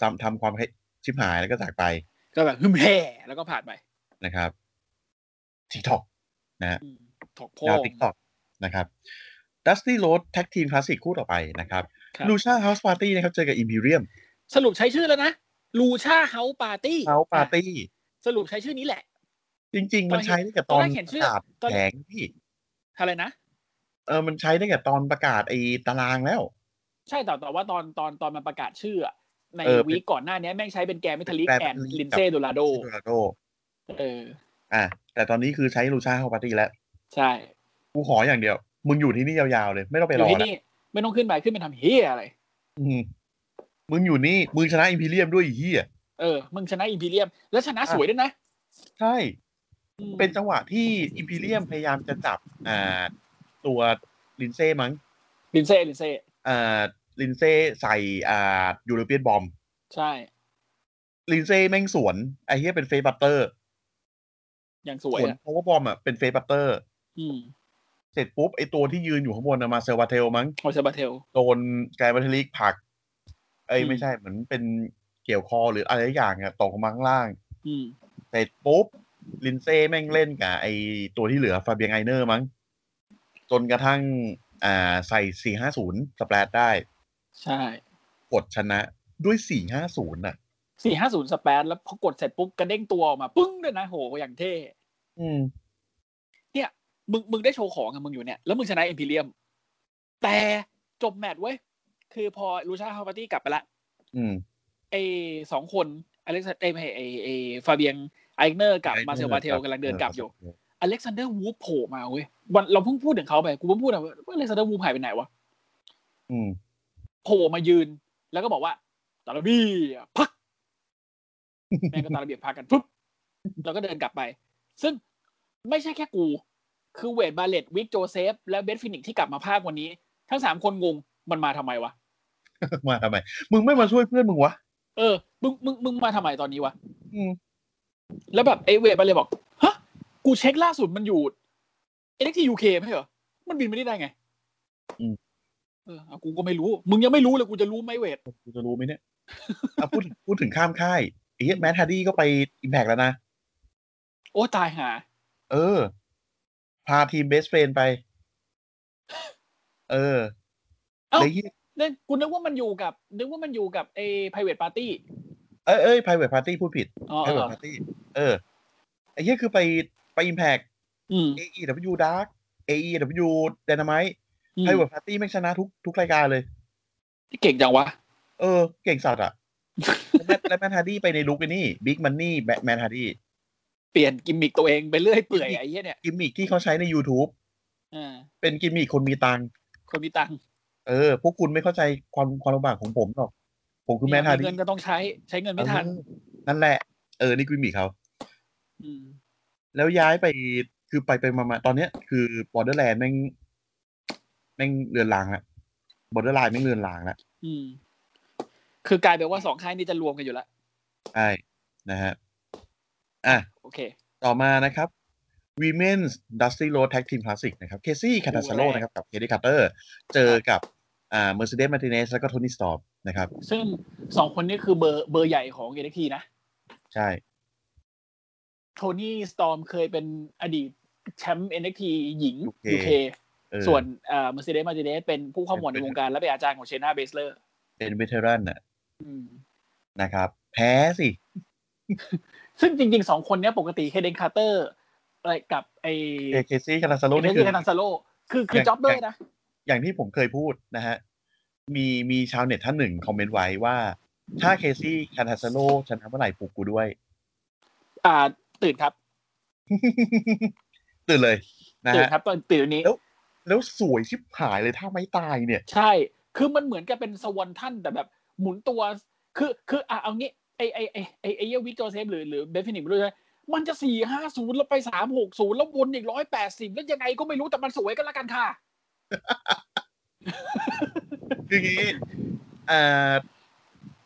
[SPEAKER 2] ซ้ำทำความให้ชิบหายแล้วก็จากไป
[SPEAKER 3] ก็แบบฮึมแห่แล้วก็ผ่านไป
[SPEAKER 2] นะครับทิกตอกนะฮะ
[SPEAKER 3] อืมถกโพ
[SPEAKER 2] ดาว
[SPEAKER 3] ง
[SPEAKER 2] ทิกตอกนะครับดัสตี้โรดแท็กทีมคลาสสิกคู่ต่อไปนะครับ
[SPEAKER 3] ครับ
[SPEAKER 2] ลูชาเฮาส์ปาร์ตี้นะครับ เจอกับอิมพีเรียม
[SPEAKER 3] สรุปใช้ชื่อแล้วนะลูชาเฮาปาร์ตี้
[SPEAKER 2] เฮาปาร์ตี้
[SPEAKER 3] สรุปใช้ชื่อนี้แหละ
[SPEAKER 2] จริง ๆ มันใช้ได้กับต
[SPEAKER 3] ตอ
[SPEAKER 2] อน น
[SPEAKER 3] แรกเขียน
[SPEAKER 2] ป
[SPEAKER 3] ชื่อ
[SPEAKER 2] ระกาศ
[SPEAKER 3] ตอน
[SPEAKER 2] แผงพี่
[SPEAKER 3] อะไรนะ
[SPEAKER 2] เออมันใช้ได้กับตอนประกาศไอ้ตารางแล้ว
[SPEAKER 3] ใช่แต่แต่ว่าตอนตอนตอนมันประกาศชื่ออะใน
[SPEAKER 2] เออเป็น
[SPEAKER 3] วีคก่อนหน้านี้แม่งใช้เป็นแกมิทลิก
[SPEAKER 2] แกร
[SPEAKER 3] แอน
[SPEAKER 2] มิทลิก
[SPEAKER 3] ลิน
[SPEAKER 2] กับ
[SPEAKER 3] เซ่โดลาโด
[SPEAKER 2] โดราโด
[SPEAKER 3] เออ
[SPEAKER 2] อ่ะแต่ตอนนี้คือใช้ลูชาเฮาปาร์ตี้แล้ว
[SPEAKER 3] ใช่
[SPEAKER 2] กูขออย่างเดียว มึงอยู่ที่นี่ยาวๆเลย ไม่ต้องไปร
[SPEAKER 3] อ
[SPEAKER 2] อยู่
[SPEAKER 3] ที่
[SPEAKER 2] แล้ว
[SPEAKER 3] นี่ไม่ต้องขึ้นไปขึ้นไปทำเฮียอะไร
[SPEAKER 2] อืมมึงอยู่นี่ มึงชนะอิมพีเรียมด้วยไอีเหี้ย
[SPEAKER 3] เออ มึงชนะอิมพีเรียม แล้วชนะ
[SPEAKER 2] อ่ะ
[SPEAKER 3] สวยด้วยนะ
[SPEAKER 2] ใช่
[SPEAKER 3] อืม
[SPEAKER 2] เป็นจังหวะที่อิมพีเรียมพยายามจะจับ อ่า ตัวลินเซ่มั้ง
[SPEAKER 3] ลินเซ่ลินเซ่
[SPEAKER 2] เอ่อลินเซ่ใส่อ่ายูโรเปียนบอม
[SPEAKER 3] ใช่
[SPEAKER 2] ลินเซ่แม่งสวนไอ้เหี้ยเป็นเฟซบัตเตอร์
[SPEAKER 3] อย่างส
[SPEAKER 2] ส
[SPEAKER 3] วย
[SPEAKER 2] วน
[SPEAKER 3] อะ
[SPEAKER 2] เพราะว่าบอมอ่ะเป็นเฟซบัตเตอร์
[SPEAKER 3] อืม
[SPEAKER 2] เสร็จปุ๊บ ไอ้ตัวที่ยืนอยู่ข้างบนน่ะมาเซลวาเทลมั้ง
[SPEAKER 3] โอซาบาเทล
[SPEAKER 2] โดนไกลบัตลิกผลัก เอ้ย
[SPEAKER 3] อืม
[SPEAKER 2] ไม่ใช่เหมือนเป็นเกี่ยวคอหรืออะไรอย่างอ่ะตกลงมาข้างล่าง
[SPEAKER 3] อืม
[SPEAKER 2] เสร็จปุ๊บ ลินเซ่แม่งเล่นกับไอ้ตัวที่เหลือฟาเบียงไอเนอร์มั้ง จนกระทั่ง อ่าใส่สี่ห้าศูนย์สแปรดได้
[SPEAKER 3] ใช่
[SPEAKER 2] กดชนะด้วยสี่ห้าศูนย์อ่ะ
[SPEAKER 3] สี่ห้าศูนย์สเปนแล้วพอกดเสร็จปุ๊บกระเด้งตัวออกมาปึ้งด้วยนะโหอย่างเท่
[SPEAKER 2] อืม
[SPEAKER 3] มึงมึงได้โชว์ของอะมึงอยู่เนี่ยแล้วมึงชนะอิมพีเรียม แต่จบแมตช์เว้ย คือพอลูชาฮาวาตี้กลับไปละ
[SPEAKER 2] อืม
[SPEAKER 3] ไอสองคนอเล็กซานเอ้ยไม่ใช่ไอไอฟาเบียงไอเนอร์กับมาเซลบาเทลกำลังเดินกลับอยู่ อเล็กซานเดอร์วูฟโผล่มาเว้ยวันเราเพิ่งพูดถึงเขาไปกูเพิ่งพูดอะว่าอเล็กซานเดอร์วูฟหายไปไหนวะ
[SPEAKER 2] อืม
[SPEAKER 3] โผล่มายืน แล้วก็บอกว่าตาลาบีพักแม่งก็ตาลาบีพักกันปุ๊บแล้วก็เดินกลับไป ซึ่งไม่ใช่แค่กู คือเวดบาเลตวิกโจเซฟ และเบสฟินิกที่กลับมาภาควันนี้ ทั้งสามคนงงมันมาทำไมวะ
[SPEAKER 2] มาทำไม มึงไม่มาช่วยเพื่อนมึงวะ
[SPEAKER 3] เออ มึง มึง มึงมาทำไมตอนนี้วะ
[SPEAKER 2] อืม
[SPEAKER 3] แล้วแบบไอเวทไปเลยบอก ฮะ กูเช็คล่าสุดมันอยู่เอ็กทียูเคไม่ใช่เหรอ มันบินไม่ได้ได้ไง
[SPEAKER 2] อืม
[SPEAKER 3] เออเอากูก็ไม่รู้ มึงยังไม่รู้เลย กูจะรู้ไหมเวท
[SPEAKER 2] กูจะรู้ไหม เนี่ยอ่ะพูดพูดถึงข้ามค่ายไอ้เหี้ยแมทฮาร์ดี้ก็ไปอิมแพกแล้วนะ
[SPEAKER 3] โอ้ตายหา
[SPEAKER 2] เออ พาทีมเบสเฟนไป เออ
[SPEAKER 3] เอ้า
[SPEAKER 2] ไอ้เหี้ย
[SPEAKER 3] เนี่ยกูนึกว่ามันอยู่กับ นึกว่ามันอยู่กับไอไพรเวทปาร์ตี้
[SPEAKER 2] เอ้ยเอ้ยไพรเวทพาร์ตี้พูดผิด
[SPEAKER 3] อ๋อ
[SPEAKER 2] ไพร
[SPEAKER 3] เอ
[SPEAKER 2] เวท
[SPEAKER 3] อ
[SPEAKER 2] พาร์ตี้ เออ ไอ้เหี้ยคือไปไปอิมแพก
[SPEAKER 3] อืม
[SPEAKER 2] AEW Dark AEW Dynamite
[SPEAKER 3] อืม
[SPEAKER 2] ไพรเวทพาร์ตี้แม่งชนะทุกทุกรายการเลย
[SPEAKER 3] เก่งจังวะ
[SPEAKER 2] เออ เก่งสัตว์อ่ะ แล้วแมทแล้วแมทฮาร์ดี้ไปในลุกไอ้นี่บิ๊กมันนี่แมทฮาร์ดี้
[SPEAKER 3] เปลี่ยนกิมมิคตัวเองไปเรื่อยเปื่อยไอ้เหี้ยเนี่ย
[SPEAKER 2] กิมมิคที่เขาใช้ใน YouTube
[SPEAKER 3] อ่า
[SPEAKER 2] เป็นกิมมิคคนมีตังค์
[SPEAKER 3] คนมีตังค์
[SPEAKER 2] เออ พวกคุณไม่เข้าใจความความลำบากของผมหรอก ผมคือแมทฮาร์
[SPEAKER 3] มี
[SPEAKER 2] ดี้
[SPEAKER 3] เงินก็ต้องใช้ ใช้เงินไม่ทัน
[SPEAKER 2] เออนั่นแหละ เออ นี่กิมมิคเขา
[SPEAKER 3] อืม
[SPEAKER 2] แล้วย้ายไปคือไปไปมามาตอนเนี้ยคือบอ r d เดอร์แลนด์แม่งแม่งเรือนรางละบอ r d เดอร์ไลน์แม่งเรือนรางละ
[SPEAKER 3] อืม คือกลายเป็นว่าสองค่ายนี้จะรวมกันอยู่แล้ว
[SPEAKER 2] ใช่นะฮะอ่ะ
[SPEAKER 3] โอเค
[SPEAKER 2] ต่อมานะครับ Women's Dusty Road Tag Team Classic นะครับ เคซี่คาตาซาโล
[SPEAKER 3] คู่แรก
[SPEAKER 2] นะครับ กับเคดี้คาร์เตอร์ เจอกับอ่าเมอร์เซเดสมาติเนสแล้วก็โทนี่สตอมนะครับ
[SPEAKER 3] ซึ่งสองคนนี้คือเบอร์เบอร์ใหญ่ของ NXT นะ
[SPEAKER 2] ใช่
[SPEAKER 3] โทนี่สตอมเคยเป็นอดีตแชมป์ NXT หญิง
[SPEAKER 2] UK
[SPEAKER 3] UK
[SPEAKER 2] เออ
[SPEAKER 3] ส่วนเอ่อมาร์เซเดสมาร์เดสเป็นผู้ข้อมูลในวงการและเป็นอาจารย์ของเชนาเบสเลอร์
[SPEAKER 2] เป็นเวเทรันน่ะนะครับ แพ้สิ
[SPEAKER 3] ซึ่งจริงๆสองคนเนี้ยปกติเคเดนคาร์เตอร์อะไรกับไอ
[SPEAKER 2] เคซี่คาตาซาโล
[SPEAKER 3] เอ็
[SPEAKER 2] นี่
[SPEAKER 3] น
[SPEAKER 2] คือ
[SPEAKER 3] เอ็นทันซาโลคือคือจ็อบเบอร์นะ
[SPEAKER 2] อย่างที่ผมเคยพูดนะฮะ มีมีชาวเน็ตท่านหนึ่งคอมเมนต์ไว้ว่า ถ้าเคซี่คาตาซาโลชนะเมื่อไหร่ปลุกกูด้วย
[SPEAKER 3] อ่า ตื่นครับ
[SPEAKER 2] ตื่นเลยนะ
[SPEAKER 3] ตื่น
[SPEAKER 2] ฮะ
[SPEAKER 3] ครับตอนตื่นวันนี้
[SPEAKER 2] แล้ว แล้วสวยชิบหายเลยถ้าไม่ตายเนี่ย
[SPEAKER 3] ใช่ คือมันเหมือนกับเป็นสวอนท่านแต่แบบหมุนตัว คือ คืออ่ะเอางี้ ไอไอไอไอไอเหี้ยวิกโจเซฟหรือหรือเบฟฟินิกไม่รู้ใช่ไหมมันจะสี่ห้าศูนย์แล้วไปสามหกศูนย์แล้ววนอีกร้อยแปดสิบแล้วยังไงก็ไม่รู้แต่มันสวยกันละกันค่ะ
[SPEAKER 2] คืออย่างนี้อ่า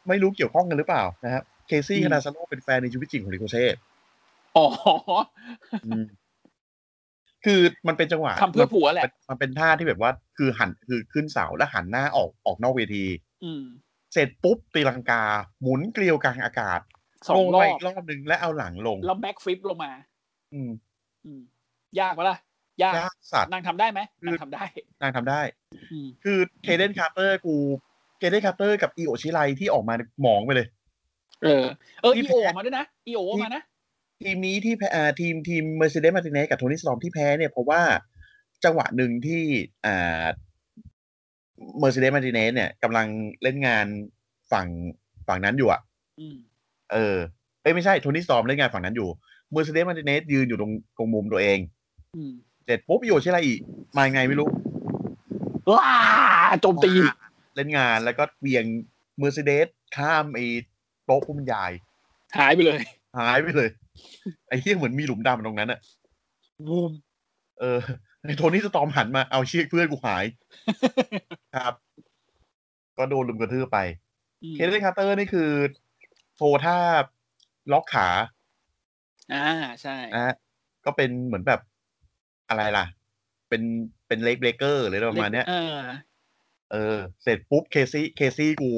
[SPEAKER 2] ไม่รู้เกี่ยวข้องกันหรือเปล่านะครับ เคซี่
[SPEAKER 3] อืม
[SPEAKER 2] คานาซาโนเป็นแฟนในชีวิตจริงของริโคเช่
[SPEAKER 3] อ๋อ
[SPEAKER 2] คือมันเป็นจังหวะ
[SPEAKER 3] ทำเพื่อผัวแห
[SPEAKER 2] มั
[SPEAKER 3] ละ
[SPEAKER 2] นมันเป็นท่าที่แบบว่า คือหันคือขึ้นเสาแล้วหันหน้าออกออกนอกเวที
[SPEAKER 3] อืม
[SPEAKER 2] เสร็จปุ๊บตีลังกา หมุนเกลียวกลางอากาศ
[SPEAKER 3] สอง
[SPEAKER 2] ล
[SPEAKER 3] ร
[SPEAKER 2] ไป
[SPEAKER 3] อก บ
[SPEAKER 2] รอบนึงและเอาหลังลง
[SPEAKER 3] แล้วแบ็กฟลิปลงมา
[SPEAKER 2] อืม
[SPEAKER 3] อืม ยากปะล่ะ ยาก
[SPEAKER 2] ยากสัตว์
[SPEAKER 3] นางทำได้ไหมนางทำได้
[SPEAKER 2] นางทำได้
[SPEAKER 3] อืม
[SPEAKER 2] คือเคเดนคาร์เตอร์กูเคเดนคาร์เตอร์กับอีโอชิไลที่ออกมาหมองไปเลย
[SPEAKER 3] เออ เออ
[SPEAKER 2] ที่
[SPEAKER 3] อี
[SPEAKER 2] แพ้
[SPEAKER 3] โอมาด้วยนะอีโอมานะ
[SPEAKER 2] ทีมนี้ที่แพ้อ่าทีมทีมเมอร์เซเดสมาติเนสกับโทนี่สตอมที่แพ้เนี่ย เพราะว่าจังหวะหนึ่งที่อ่าเมอร์เซเดสมาติเนสเนี่ยกำลังเล่นงานฝั่งฝั่งนั้นอยู่อะ
[SPEAKER 3] อืม
[SPEAKER 2] เออเอ้ยไม่ใช่โทนี่สตอมเล่นงานฝั่งนั้นอยู่เมอร์เซเดสมาติเนสยืนอยู่ตรงตรงมุมตัวเอง
[SPEAKER 3] อืม
[SPEAKER 2] เสร็จปุ๊บโยชิไรอีมายังไงไม่รู้
[SPEAKER 3] ว้าโจมตี
[SPEAKER 2] เล่นงานแล้วก็เวียงเมอร์เซเดสข้ามไอ้โต๊ะผู้บรรยาย
[SPEAKER 3] หายไปเลย
[SPEAKER 2] หายไปเลย ไอ้เหี้ยเหมือนมีหลุมดำตรงนั้นอะ
[SPEAKER 3] บูม
[SPEAKER 2] เออ ในโทนี่สตอมหันมาเอาเชือกเพื่อนกูหาย ครับ ก็โดนลุมกระทืบไป
[SPEAKER 3] อืม
[SPEAKER 2] เคเดนคาร์เตอร์นี่คือโชว์ท่าล็อกขา
[SPEAKER 3] อ่าใช่
[SPEAKER 2] นะฮะก็เป็นเหมือนแบบอะไรล่ะ เป็นเป็นเลกเบรกเกอร์หรืออะไรประมาณเนี้ย
[SPEAKER 3] เออ
[SPEAKER 2] เออเสร็จปุ๊บเคซี่เคซี่กู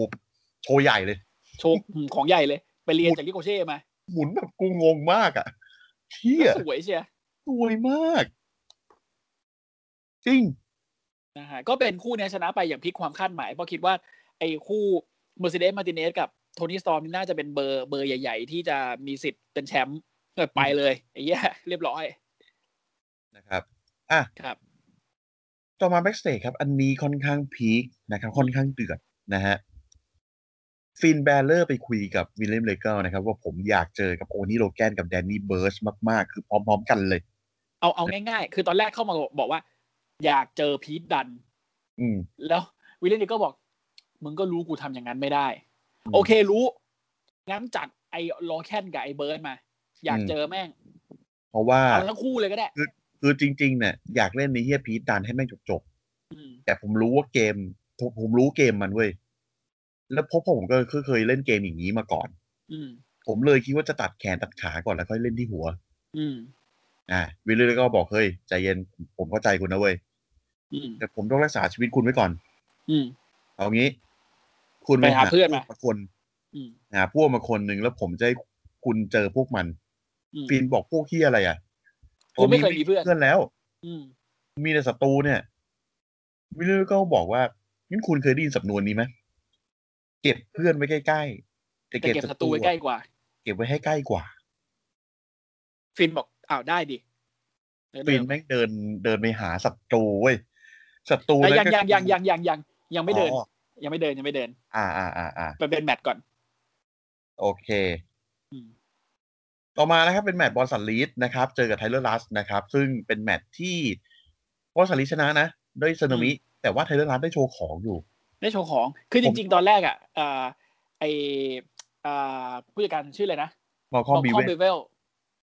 [SPEAKER 2] โชว์ใหญ่เลย
[SPEAKER 3] โชคอืม ของใหญ่เลย ไปเรียนจากลิโกเช่มา
[SPEAKER 2] หมุนแบบกูงงมากอะ่ะเที่ย
[SPEAKER 3] สวยเชีย
[SPEAKER 2] สวยมาก จริง
[SPEAKER 3] นะฮะก็เป็นคู่เนี้ยชนะไปอย่างพลิกความคาดหมาย เพราะคิดว่า ไอ้คู่เมอร์เซเดสมาติเนสกับโทนี่สตอมนี่น่าจะเป็นเบอร์เบอร์ใหญ่ ๆ ที่จะมีสิทธิ์เป็นแชมป์ก็ไปเลยไอ้เหี้ยเรียบร้อย
[SPEAKER 2] นะครับ อ่ะ
[SPEAKER 3] ครับ
[SPEAKER 2] ต่อมาแบ็กสเตจครับ อันนี้ค่อนข้างพีคนะครับ ค่อนข้างเดือดนะฮะฟินแบลเลอร์ไปคุยกับวิลเลมเลเกลนะครับ ว่าผมอยากเจอกับโอนี่โลแกนกับแดนนี่เบิร์สมากๆ คือพร้อมๆกันเลย
[SPEAKER 3] เอาเอาง่ายๆ คือตอนแรกเข้ามาบอกว่า อยากเจอพีทดัน
[SPEAKER 2] อืม
[SPEAKER 3] แล้ววิลเลนดิก็บอก มึงก็รู้กูทำอย่างนั้นไม่ได้
[SPEAKER 2] อืม
[SPEAKER 3] โอเครู้ งั้นจัดไอ้ลอแคนกับไอ้เบิร์ดมา อยาก
[SPEAKER 2] อืม
[SPEAKER 3] เจอแม่ง
[SPEAKER 2] เพราะว่า
[SPEAKER 3] เอาทั้งคู่เลยก็ได้
[SPEAKER 2] คือจริงๆเนี่ยอยากเล่นในเฮียพีทดันให้แม่งจบ
[SPEAKER 3] อืม
[SPEAKER 2] ๆแต่ผมรู้ว่าเกมผมผมรู้เกมมันเว้ยแล้วเพบผมก็เคยเล่นเกมอย่างนี้มาก่อน
[SPEAKER 3] อืม
[SPEAKER 2] ผมเลยคิดว่าจะตัดแขนตัดขาก่อนแล้วค่อยเล่นที่หัว
[SPEAKER 3] อืม
[SPEAKER 2] อ่าวิลเลอร์ก็บอกเฮ้ยใจเย็นผมผมเข้าใจคุณนะเว้ย
[SPEAKER 3] อืม
[SPEAKER 2] แต่ผมต้องรักษาชีวิตคุณไว้ก่อน
[SPEAKER 3] อืม
[SPEAKER 2] เอางี้ คุณ
[SPEAKER 3] ไปหาเพื่อนมา
[SPEAKER 2] พวกคน
[SPEAKER 3] อืม
[SPEAKER 2] หาพวกมาคนหนึ่งแล้วผมจะให้คุณเจอพวกมัน
[SPEAKER 3] อืม
[SPEAKER 2] ฟินบอกพวกที่อะไรอ่ะ
[SPEAKER 3] ผมไม่เคยมีเพื่อน
[SPEAKER 2] เพื่อนแล้ว
[SPEAKER 3] อืม
[SPEAKER 2] มีแต่ศัตรูเนี่ย วิลเลอร์ก็บอกว่างั้นคุณเคยได้ยินสำนวนนี้ไหมเก็บเพื่อนไว้ใกล้ๆแต่
[SPEAKER 3] แต่
[SPEAKER 2] เก็บ
[SPEAKER 3] เก็บศั
[SPEAKER 2] ศั
[SPEAKER 3] ต
[SPEAKER 2] ต
[SPEAKER 3] รู
[SPEAKER 2] รู
[SPEAKER 3] ไว้ใกล้
[SPEAKER 2] อะ
[SPEAKER 3] กว่า
[SPEAKER 2] เก็บไว้ให้ใกล้กว่า
[SPEAKER 3] ฟินบอกอ้าวได้ดิ
[SPEAKER 2] ฟินแม่งเดินเดินไปหาศัตรูเว้ยศัตรู
[SPEAKER 3] แต่
[SPEAKER 2] นั้น
[SPEAKER 3] ยัง
[SPEAKER 2] ก็
[SPEAKER 3] ยังยังยังยังยังยังไม่เดิน
[SPEAKER 2] อ๋อ
[SPEAKER 3] ยังไม่เดินยังไม่เดิน
[SPEAKER 2] อ่าอ่าอ่าอ่า
[SPEAKER 3] ไปเป็นแมตช์ก่อน
[SPEAKER 2] โอเค
[SPEAKER 3] อืม
[SPEAKER 2] ต่อมานะครับเป็นแมตช์บอลสันลีดนะครับ เจอกับไทเลอร์ลัสนะครับ ซึ่งเป็นแมตช์ที่บอลสันลีดชนะนะ ด้วยสึนามิ แต่ว่าไทเลอร์ลัสได้โชว์ของอยู่
[SPEAKER 3] ได้โชว์ของ คือจริง ๆ ตอนแรกอ่ะเอ่อไอเอ่อผู้จัดการชื่ออะไรนะ
[SPEAKER 2] มอลคอมบีเว
[SPEAKER 3] เบเวล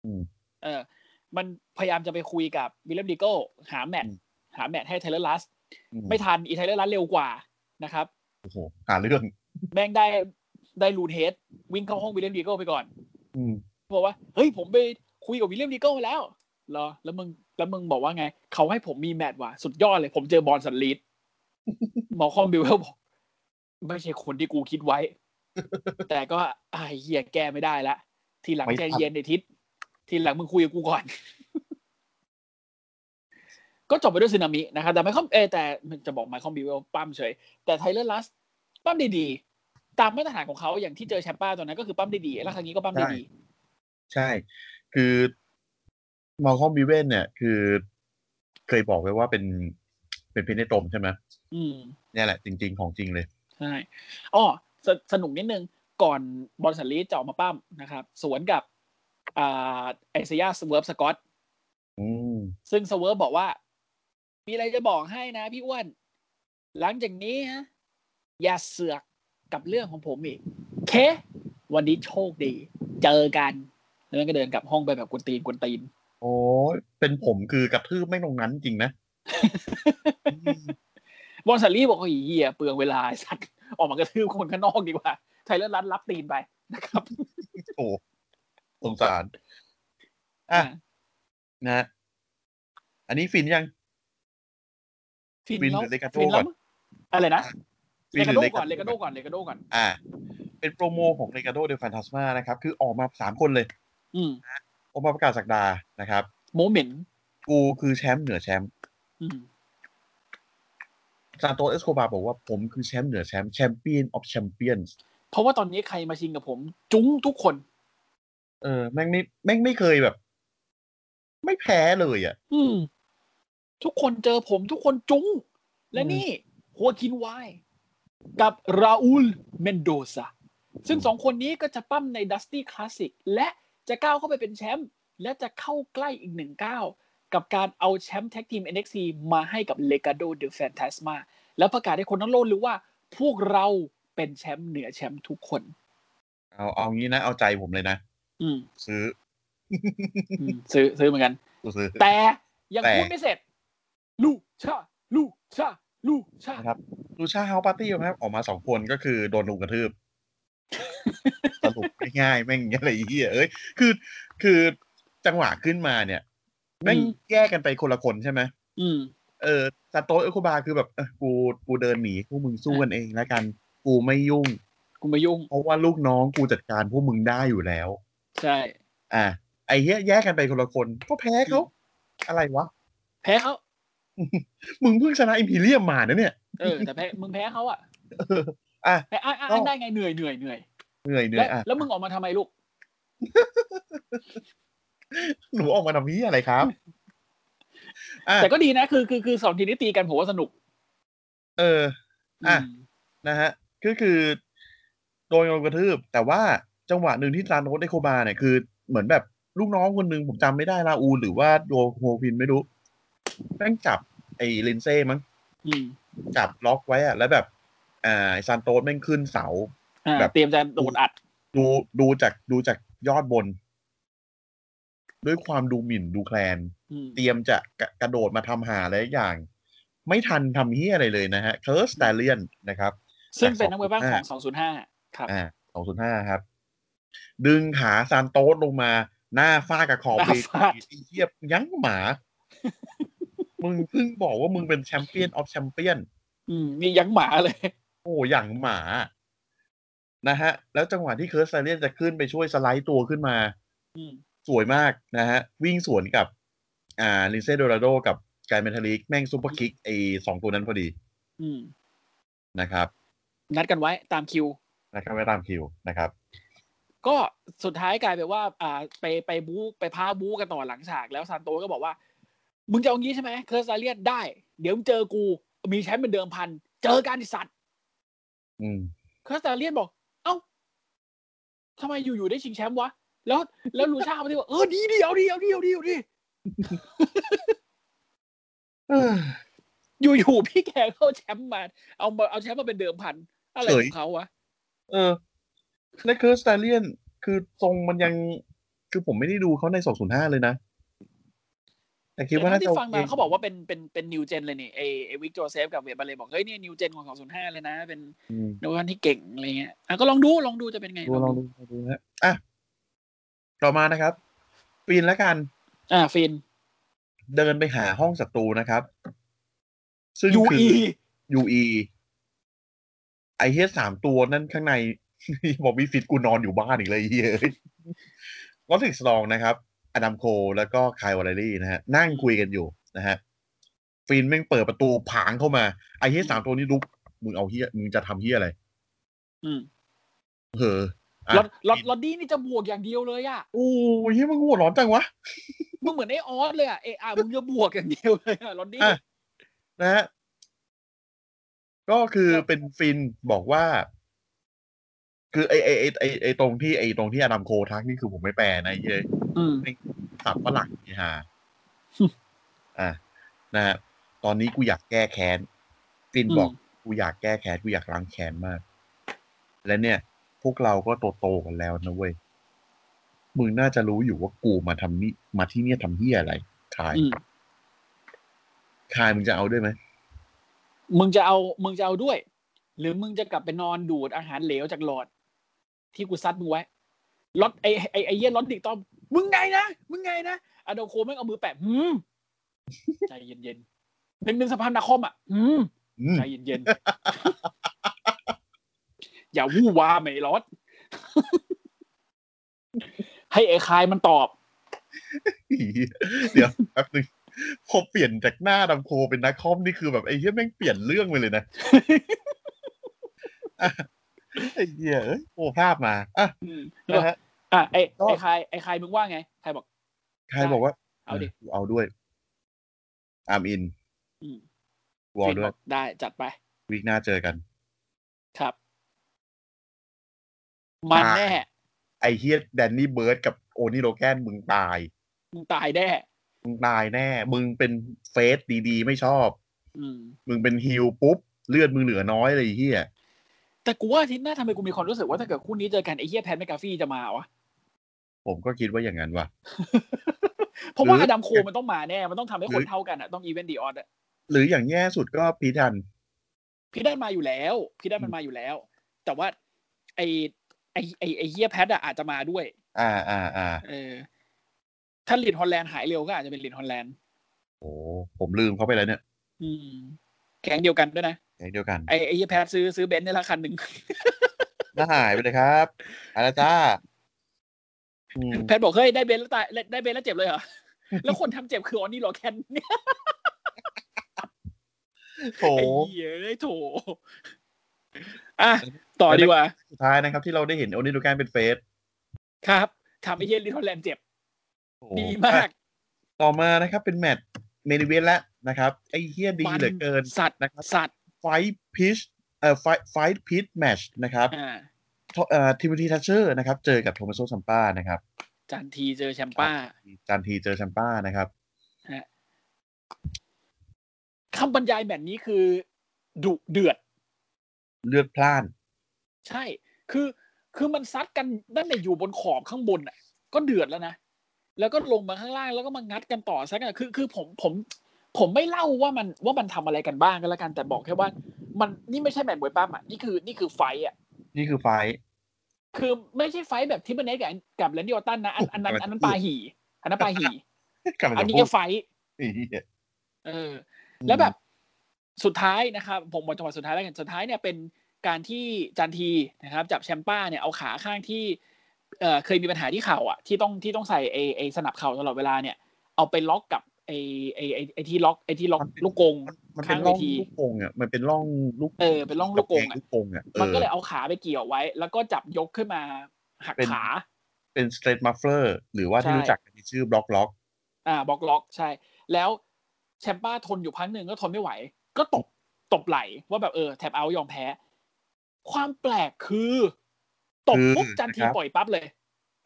[SPEAKER 2] อืม
[SPEAKER 3] เออ มันพยายามจะไปคุยกับวิลเลมดิโก้หาแมท
[SPEAKER 2] อืม
[SPEAKER 3] หาแมทให้ไทเลอร์ลัส ไม่ทันอีไทเลอร์ลัสเร็วกว่านะครับ
[SPEAKER 2] โอ้โหหาเรื่อง
[SPEAKER 3] แม่งได้ได้รูนเฮดวิ่งเข้าห้องวิลเลมดิโก้ไปก่อน
[SPEAKER 2] อืม
[SPEAKER 3] บอกว่า เฮ้ย ผมไปคุยกับวิลเลมดิโก้มาแล้วเหรอ แล้วมึงแล้วมึงบอกว่าไง เขาให้ผมมีแมทว่ะ สุดยอดเลย ผมเจอบอลสันลีด หมอคอมบิวเวลบอก ไม่ใช่คนที่กูคิดไว้ แต่ก็ไอ้เหี้ยแก้ไม่ได้ละ ทีหลังใจเย็นในทิศ ทีหลังมึงคุยกับกูก่อน ก็จบไปด้วยสึนามินะครับ แต่ไม่คอมเอยแต่จะบอกไมคอมบิวเวลปั้มเฉย แต่ไทเลอร์ลัสปั้มดีๆ ตามมาตรฐานของเขาอย่างที่เจอแชมป้าตอนนั้นก็คือปั้มดีๆแล้วครั้งนี้ก็ปั้มดีๆ
[SPEAKER 2] ใช่ คือมอลคอมบีเวนเนี่ย คือเคยบอกไว้ว่าเป็นเป็นเพนในตมใช่ไหม
[SPEAKER 3] อืม
[SPEAKER 2] เนี่ยแหละจริง ๆ ของจริงเลย
[SPEAKER 3] ใช่อ๋อสสนุกนิดนึง ก่อนบอลสันลีดจะออกมาปั้มนะครับ สวนกับอ่าไอเซียสเวิร์ฟสกอต
[SPEAKER 2] อืม
[SPEAKER 3] ซึ่งสเวิร์ฟบอกว่า มีอะไรจะบอกให้นะพี่อ้วน หลังจากนี้นะอย่าเสือกกับเรื่องของผมอีก เค วันนี้โชคดี เจอกัน แล้วมันก็เดินกลับห้องไปแบบกวนตีนกวนตีน
[SPEAKER 2] โอ้ยเป็นผมคือกระทืบไม่งตรงนั้นจริงนะ
[SPEAKER 3] บอลสันลีบอกว่าอีเหี้ยเปลืองเวลาไอ้สัตว์ออกมากระทืบคนข้างนอกดีกว่าไทเลอร์รัดรับตีนไปนะครับ
[SPEAKER 2] โอ้สงสาร อ่ะ นะฮะอันนี้ฟินยัง
[SPEAKER 3] ฟิน
[SPEAKER 2] ฟินหรือ
[SPEAKER 3] แล้ว
[SPEAKER 2] เลกาโด
[SPEAKER 3] ฟินแล้ว
[SPEAKER 2] ก่อน
[SPEAKER 3] มั้งอะไรนะ
[SPEAKER 2] ฟิห
[SPEAKER 3] เลกา
[SPEAKER 2] รื
[SPEAKER 3] โดก่อนเลกาโดก่อนเลกาโดก่อน
[SPEAKER 2] อ่า เป็นโปรโมของเลกาโดเดลฟันทัสมานะครับ คือออกมาสามคนเลย
[SPEAKER 3] อืม
[SPEAKER 2] ออกมาประกาศสักดานะครับ
[SPEAKER 3] โมเมนต์
[SPEAKER 2] กูคือแชมป์เหนือแชมป์
[SPEAKER 3] อืม
[SPEAKER 2] ซานโตเอสโคบาบอกว่าผมคือแชมป์เหนือแชมป์แชมเปี้ยนออฟแชมเปี้ยน
[SPEAKER 3] เพราะว่าตอนนี้ใครมาชิงกับผม จุ้งทุกคน
[SPEAKER 2] เออ แม่งไม่แม่งไม่เคยแบบ ไม่แพ้เลยอ่ะ
[SPEAKER 3] อืม ทุกคนเจอผมทุกคนจุ้ง และ
[SPEAKER 2] อืม
[SPEAKER 3] นี่หัวคินไวายกับราอูลเมนโดซาซึ่งสองคนนี้ก็จะปั้มในดัสตี้คลาสสิกและจะก้าวเข้าไปเป็นแชมป์และจะเข้าใกล้อีกหนึ่งก้าวกับการเอาแชมป์แท็กทีม NXT มาให้กับเลกาโดเดอะแฟนตาสมาแล้วประกาศให้คนทั้งโลกรู้ว่า พวกเราเป็นแชมป์เหนือแชมป์ทุกคน
[SPEAKER 2] เอาเอางี้นะ เอาใจผมเลยนะ
[SPEAKER 3] อืม
[SPEAKER 2] ซื้อ
[SPEAKER 3] อืมซื้อซื้อเหมือนกัน
[SPEAKER 2] กูซื้อ
[SPEAKER 3] แต่ยัง
[SPEAKER 2] แต่
[SPEAKER 3] พูดไม่เสร็จ ลูชาลูชาลูชา
[SPEAKER 2] นะครับลูชาเฮาปาร์ตี้นะครับ ออกมาสองคนก็คือโดนลุมกระ ทืบ สรุปง่ายๆแม่งอะไรเหี้ยเอ้ยคือคือจังหวะขึ้นมาเนี่ยแม่ง
[SPEAKER 3] อืม
[SPEAKER 2] แยกกันไปคนละคนใช่ไหม
[SPEAKER 3] อืม
[SPEAKER 2] เออซาโตะเอโคบาคือแบบเออกูกูเดินหนีพวกมึงสู้กันเองแล้วกัน กูไม่ยุ่ง
[SPEAKER 3] กูไม่ยุ่ง
[SPEAKER 2] เพราะว่าลูกน้องกูจัดการพวกมึงได้อยู่แล้ว
[SPEAKER 3] ใช่
[SPEAKER 2] อ่ะไอ้เหี้ยแยกกันไปคนละคน ก็แพ้เขาอะไรวะ
[SPEAKER 3] แพ้เขา
[SPEAKER 2] มึงเพิ่งชนะอิมพีเรียมมานะเนี่ย
[SPEAKER 3] เอ อ แต่แพ้ มึงแพ้เขาอ่ะ
[SPEAKER 2] เอออ่ะ
[SPEAKER 3] แพ้อ่ะอ่ะ
[SPEAKER 2] ก็
[SPEAKER 3] อ่ะได้ไงเหนื่อยเหนื่อยเหนื่อย
[SPEAKER 2] เหนื่อยเหนื่
[SPEAKER 3] แล้
[SPEAKER 2] อ
[SPEAKER 3] วย
[SPEAKER 2] อ่ะ
[SPEAKER 3] แล้วมึงออกมาทำไมลูก
[SPEAKER 2] หนูออกมาทำนี้ยอะไรครับ อ่ะ
[SPEAKER 3] แต่ก็ดีนะคือคือคือสองทีมนี้ตีกันผมว่าสนุก
[SPEAKER 2] เออ อ่ะ
[SPEAKER 3] ม
[SPEAKER 2] นะฮะก็คือโดนโดนกระทืบ แต่ว่าจังหวะหนึ่งที่ซานโนสได้โคบาเนี่ยคือเหมือนแบบลูกน้องคนหนึ่งผมจำไม่ได้ลาอูหรือว่าโดโฮพินไม่รู้แม่งจับไอ้ลินเซ่มั้ง
[SPEAKER 3] อืม
[SPEAKER 2] จับล็อกไว้อะแล้วแบบอ่าไอ้ซานโตสแม่งขึ้นเสา
[SPEAKER 3] อ่า
[SPEAKER 2] แบบ
[SPEAKER 3] เตรียมจะโดนอัด
[SPEAKER 2] ดูดูจากดูจากยอดบน ด้วยความดูหมิ่นดูแคลน
[SPEAKER 3] อืม
[SPEAKER 2] เตรียมจะกระกระโดดมาทำหาอะไรอย่าง ไม่ทันทำเฮียอะไรเลยนะฮะเคิร์สแตเลียนนะครับ
[SPEAKER 3] ซึ่งเป็นนักมวยบ้างของสองศูนย์ห้าครับ
[SPEAKER 2] อ่าสองศูนย์ห้าครับ ดึงขาซานโต๊ดลงมา หน้าฟาดกับขอบ
[SPEAKER 3] ห
[SPEAKER 2] เว
[SPEAKER 3] น้าฟาด
[SPEAKER 2] ทีเทียบยั้งหมา มึงเพิ่งบอกว่ามึงเป็นแชมเปี้ยนออฟแชมเปี้ยน
[SPEAKER 3] อืมนี่ยังหมาเลย
[SPEAKER 2] โอ้อย่างหมา นะฮะ แล้วจังหวะที่เคิร์สไซเลียนจะขึ้นไปช่วยสไลด์ตัวขึ้นมา
[SPEAKER 3] อืม
[SPEAKER 2] สวยมากนะฮะ วิ่งสวนกับ อ่าลินเซโดราโด กับกายเมทัลลิก แม่งซุปเปอร์คิกไอสองตัวนั้นพอดี
[SPEAKER 3] อืม
[SPEAKER 2] นะครับ
[SPEAKER 3] นัดกันไว้ตามคิว
[SPEAKER 2] นะครับไปตามคิวนะครับ
[SPEAKER 3] ก็สุดท้ายกลายเป็นว่า อ่า ไปไปบู๊ไปพาบู๊กันต่อหลังฉาก แล้วซานโตก็บอกว่า มึงจะเอางี้ใช่ไหมเคอร์ซาเลียนได้ เดี๋ยวมึงเจอกู มีแชมป์เป็นเดิมพัน เจอกันไอ้สัตว์
[SPEAKER 2] อืม
[SPEAKER 3] เคอร์ซาเลียนบอก เอ้าทำไมอยู่ๆได้ชิงแชมป์วะ แล้ว แล้วลูชาเขาที่ว่าเออดีดีเอาดีเอาดีเอาดีเอาดี
[SPEAKER 2] เออ
[SPEAKER 3] อยู่ๆพี่แกก็เอาแชมป์มา เอามาเอาแชมป์มาเป็นเดิมพัน อะไร
[SPEAKER 2] เฉ
[SPEAKER 3] ข
[SPEAKER 2] ย
[SPEAKER 3] องเขาวะ
[SPEAKER 2] เออและเคิร์สไตเลียนคือทรงมันยังคือผมไม่ได้ดูเขาใน 205 เลยนะ แต่คิดว่า
[SPEAKER 3] แต่
[SPEAKER 2] น่า
[SPEAKER 3] เท่
[SPEAKER 2] จะ
[SPEAKER 3] ที่ฟังมา
[SPEAKER 2] โค
[SPEAKER 3] เขาบอกว่าเป็นเป็นเป็นนิวเจนเลยนี่ไอไอวิกโจเซฟกับเวทบาเลบอกเฮ้ยเนี่ยนิวเจนของ 205 เลยนะ เป็น
[SPEAKER 2] อืม
[SPEAKER 3] นวัตกรรมที่เก่งอะไรเงี้ยอ่ะก็ลองดูลองดูจะเป็นไง
[SPEAKER 2] ดูลองดูลองดูนะอ่ะ ต่อมานะครับปีนและกัน
[SPEAKER 3] อ่ะฟิน
[SPEAKER 2] เดินไปหาห้องศัตรูนะครับ ซึ่ง
[SPEAKER 3] ยู
[SPEAKER 2] คือ
[SPEAKER 3] อี
[SPEAKER 2] ยูอีไอเฮสสามตัวนั่นข้างใน บอกมีฟิตกูนอนอยู่บ้านอีกเลยไอ้เหี้ยลอสิกสลองนะครับ อดัมโคแล้วก็ไคายวอลเลรี่นะฮะ นั่งคุยกันอยู่นะฮะ ฟินแม่งเปิดประตูผางเข้ามา ไอ้เฮียสามตัวนี้ลุก มึงเอาเฮียมึงจะทำเฮียอะไร
[SPEAKER 3] อืม
[SPEAKER 2] เออ
[SPEAKER 3] ลอดลอดลอดดี้นี่จะบวกอย่างเดียวเลยอ่ะ
[SPEAKER 2] โอ้ยเฮียมึงหัวร้อนจังวะ
[SPEAKER 3] มึงเหมือนไอออสเลยอ่ะเออ อ่ะมึงจะบวกอย่างเดียวเลยอ่ะลอดดี้
[SPEAKER 2] อ่ะ นะฮะ ก็คือเป็นฟินบอกว่า คือไอ้ไอ้ไอ้ไอ้ไอ้ตรงที่ไอ้ตรงที่อดัมโคทักนี่คือผมไม่แปลนะไอ้เฮีย
[SPEAKER 3] อืม
[SPEAKER 2] ตับฝรั่งนี่ ฮะ อ่ะนะฮะ ตอนนี้กูอยากแก้แค้นฟิน
[SPEAKER 3] อืม
[SPEAKER 2] บอกกูอยากแก้แค้นกูอยากล้างแค้นมาก และเนี่ย พวกเราก็โตโตๆกันแล้วนะเว้ย มึงน่าจะรู้อยู่ว่ากูมาทำนี่มาที่เนี่ยทำเฮียอะไรคาย
[SPEAKER 3] อืม
[SPEAKER 2] คายมึงจะเอาด้วยไหม
[SPEAKER 3] มึงจะเอามึงจะเอาด้วย หรือมึงจะกลับไปนอนดูดอาหารเหลวจากหลอด ที่กูซัดมึงไว้ลอดไอไอไอเหี้ย็นลอดดิกตอมมึงไงนะมึงไงนะอะโดโคแม่งเอามือแปะหืมใจเย็นๆเป็นเป็นสะพานนาคอมอ่ะหืม
[SPEAKER 2] อืม
[SPEAKER 3] ใจเย็นๆ อย่าวู่วามไอ้ลอด ให้ไอ้คายมันตอบ
[SPEAKER 2] เดี๋ยวแป๊บนึงพอเปลี่ยนจากหน้าดำโคเป็นนักคอมนี่คือแบบไอ้เฮียแม่งเปลี่ยนเรื่องไปเลยนะ อ่ะไอ้เหี้ยเอ้ยโอ้ภาพมาอ่ะ
[SPEAKER 3] อืม
[SPEAKER 2] นะฮะ
[SPEAKER 3] อ่ะไอไอ้คายไอ้คายมึงว่าไงคายบอก
[SPEAKER 2] ใครบอกว่า
[SPEAKER 3] เอาดิ
[SPEAKER 2] กูเอาด้วยอามอิน
[SPEAKER 3] อืม
[SPEAKER 2] กูเอาด้
[SPEAKER 3] บ
[SPEAKER 2] ว
[SPEAKER 3] อย กได้จัดไป
[SPEAKER 2] วีคหน้าเจอกัน
[SPEAKER 3] ครับ มัน
[SPEAKER 2] ตาย
[SPEAKER 3] แน่
[SPEAKER 2] ไอเฮียแดนนี่เบิร์ดกับโอนี่โลแกนมึงตาย
[SPEAKER 3] มึงตายแน่
[SPEAKER 2] มึงตายแน่ มึงเป็นเฟสดีๆ ไม่ชอบ
[SPEAKER 3] อืม
[SPEAKER 2] มึงเป็นฮิลปุ๊บ เลือดมึงเหลือน้อยเลยไอ้เฮีย
[SPEAKER 3] แต่กูว่าอาทิตย์หน้าทำไมกูมีความรู้สึกว่าถ้าเกิดคู่นี้เจอกันไอ้เฮียแพนแมกกาฟี่จะมาวะ
[SPEAKER 2] ผมก็คิดว่าอย่างนั้นว่ะ
[SPEAKER 3] เพราะว่า
[SPEAKER 2] หรือ
[SPEAKER 3] อ
[SPEAKER 2] อ
[SPEAKER 3] ดัมโคมันต้องมาแน่ มันต้องทำให้
[SPEAKER 2] หรื
[SPEAKER 3] คน
[SPEAKER 2] อ
[SPEAKER 3] เท่ากันอ่ะ ต้องอีเวนต์ดีออสอ่ะ
[SPEAKER 2] หรืออย่างแย่สุดก็พีทัน
[SPEAKER 3] พี่ได้มาอยู่แล้ว พี่ได้มันมาอยู่แล้ว แต่ว่าไอไอไอไอเฮียแพทอะอาจจะมาด้วย
[SPEAKER 2] อ่าอ่าอ่า
[SPEAKER 3] เออ ถ้าลินฮอลแลนด์หายเร็วก็อาจจะเป็นลินฮอลแลนด์
[SPEAKER 2] โอ้ผมลืมเขาไปแล้วเนี่ย
[SPEAKER 3] อืมแข่งเดียวกันด้วยนะ
[SPEAKER 2] อย่างเดียวกัน
[SPEAKER 3] ไอไอเฮียแพทซื้อซื้อเบนซ์ในราคาหนึ่ง
[SPEAKER 2] น่าหายไปเลยครับอาราจ้าอืม
[SPEAKER 3] แพทย์บอกเฮ้ยได้เบนแล้วตายได้เบนแล้วเจ็บเลยเหรอ แล้วคนทำเจ็บคือออนนี่ลอแคน เนี่ย
[SPEAKER 2] โถ
[SPEAKER 3] ไอ้เหี้ยเอ้ยโถอ่ะต่อดีกว่า
[SPEAKER 2] สุดท้ายนะครับที่เราได้เห็นโอนิโดแกนเป็นเฟส
[SPEAKER 3] ครับทำไอ้เหี้ยลิทอลแลนด์เจ็บ ดีมาก
[SPEAKER 2] ต่อมานะครับเป็นแมตช์ เมนิเวนแล้วนะครับ ไอ้เฮียดี
[SPEAKER 3] ฟัน
[SPEAKER 2] เหลือเกิน
[SPEAKER 3] สัตว์
[SPEAKER 2] นะครับ
[SPEAKER 3] สัตว์
[SPEAKER 2] ไฟพิชเอ่อไฟไฟพิชแมชนะครับ
[SPEAKER 3] อ่า
[SPEAKER 2] เอ่อทิมธีทัชเชอร์นะครับ เจอกับโทมัสโซซัมป้านะครับ
[SPEAKER 3] จันทีเจอแชมป้า
[SPEAKER 2] จันทีเจอแชมป้านะครับ
[SPEAKER 3] คำบรรยายแบบนี้คือดุเดือด
[SPEAKER 2] เลือดพล่าน
[SPEAKER 3] ใช่ คือ คือมันซัดกันนั่นแหละอยู่บนขอบข้างบนอ่ะ ก็เดือดแล้วนะ แล้วก็ลงมาข้างล่างแล้วก็มางัดกันต่อซัดกัน คือ คือผม ผม ผมไม่เล่าว่ามัน ว่ามันทำอะไรกันบ้างก็แล้วกัน แต่บอกแค่ว่า มัน นี่ไม่ใช่แมตช์มวยปั้มอ่ะ นี่คือ นี่คือไฟท์อ่ะ
[SPEAKER 2] นี่คือไฟท์
[SPEAKER 3] คือไม่ใช่ไฟท์แบบทิปเปอร์เนสกับกับแลนดี้ออตตันนะ อันอันนั้น อันนั้นปาหี่ อันนั้นปาหี่
[SPEAKER 2] กลับมา
[SPEAKER 3] อัน
[SPEAKER 2] จาก
[SPEAKER 3] นี้
[SPEAKER 2] พว
[SPEAKER 3] ก็
[SPEAKER 2] ก
[SPEAKER 3] ไฟท์
[SPEAKER 2] ไอ้เหี้ย
[SPEAKER 3] เออ แล้วแบบสุดท้ายนะครับ ผมบอกจังหวะสุดท้ายแล้วกันสุดท้ายเนี่ยเป็นการที่จันทีนะครับ จับแชมป้าเนี่ยเอาขาข้างที่เอ่อเคยมีปัญหาที่เข่าอ่ะที่ต้องที่ต้องใส่ไอไอสนับเข่าตลอดเวลาเนี่ย เอาไปล็อกกับไอไอไอ้ไอที่ล็อกไอที่ล็อกลูกกง
[SPEAKER 2] มันมันเป็น
[SPEAKER 3] ข้าง
[SPEAKER 2] ร่อง
[SPEAKER 3] เวที
[SPEAKER 2] ลูกกงอ่ะมันเป็นร่องลูก
[SPEAKER 3] เออเป็นล่องลูกกงอ่ะ
[SPEAKER 2] ลูกกงอ่ะเอ
[SPEAKER 3] มัน
[SPEAKER 2] อ
[SPEAKER 3] ก็เลยเอาขาไปเกี่ยวไว้ แล้วก็จับยกขึ้นมาหักขา
[SPEAKER 2] เป็นสเตรทมัฟเฟอร์หรือว่าที่
[SPEAKER 3] ใช่
[SPEAKER 2] รู้จักกันในชื่อบล็อกล็อก
[SPEAKER 3] อ่าบล็อกล็อกใช่ แล้วแชมป้าทนอยู่พักหนึ่งก็ทนไม่ไหว ก็ตบตบไหลว่าแบบเออแทบเอายอมแพ้ ความแปลกคือตบ
[SPEAKER 2] คือ
[SPEAKER 3] ปุ๊บจันที
[SPEAKER 2] นะครับ
[SPEAKER 3] ปล่อยปั๊บเลย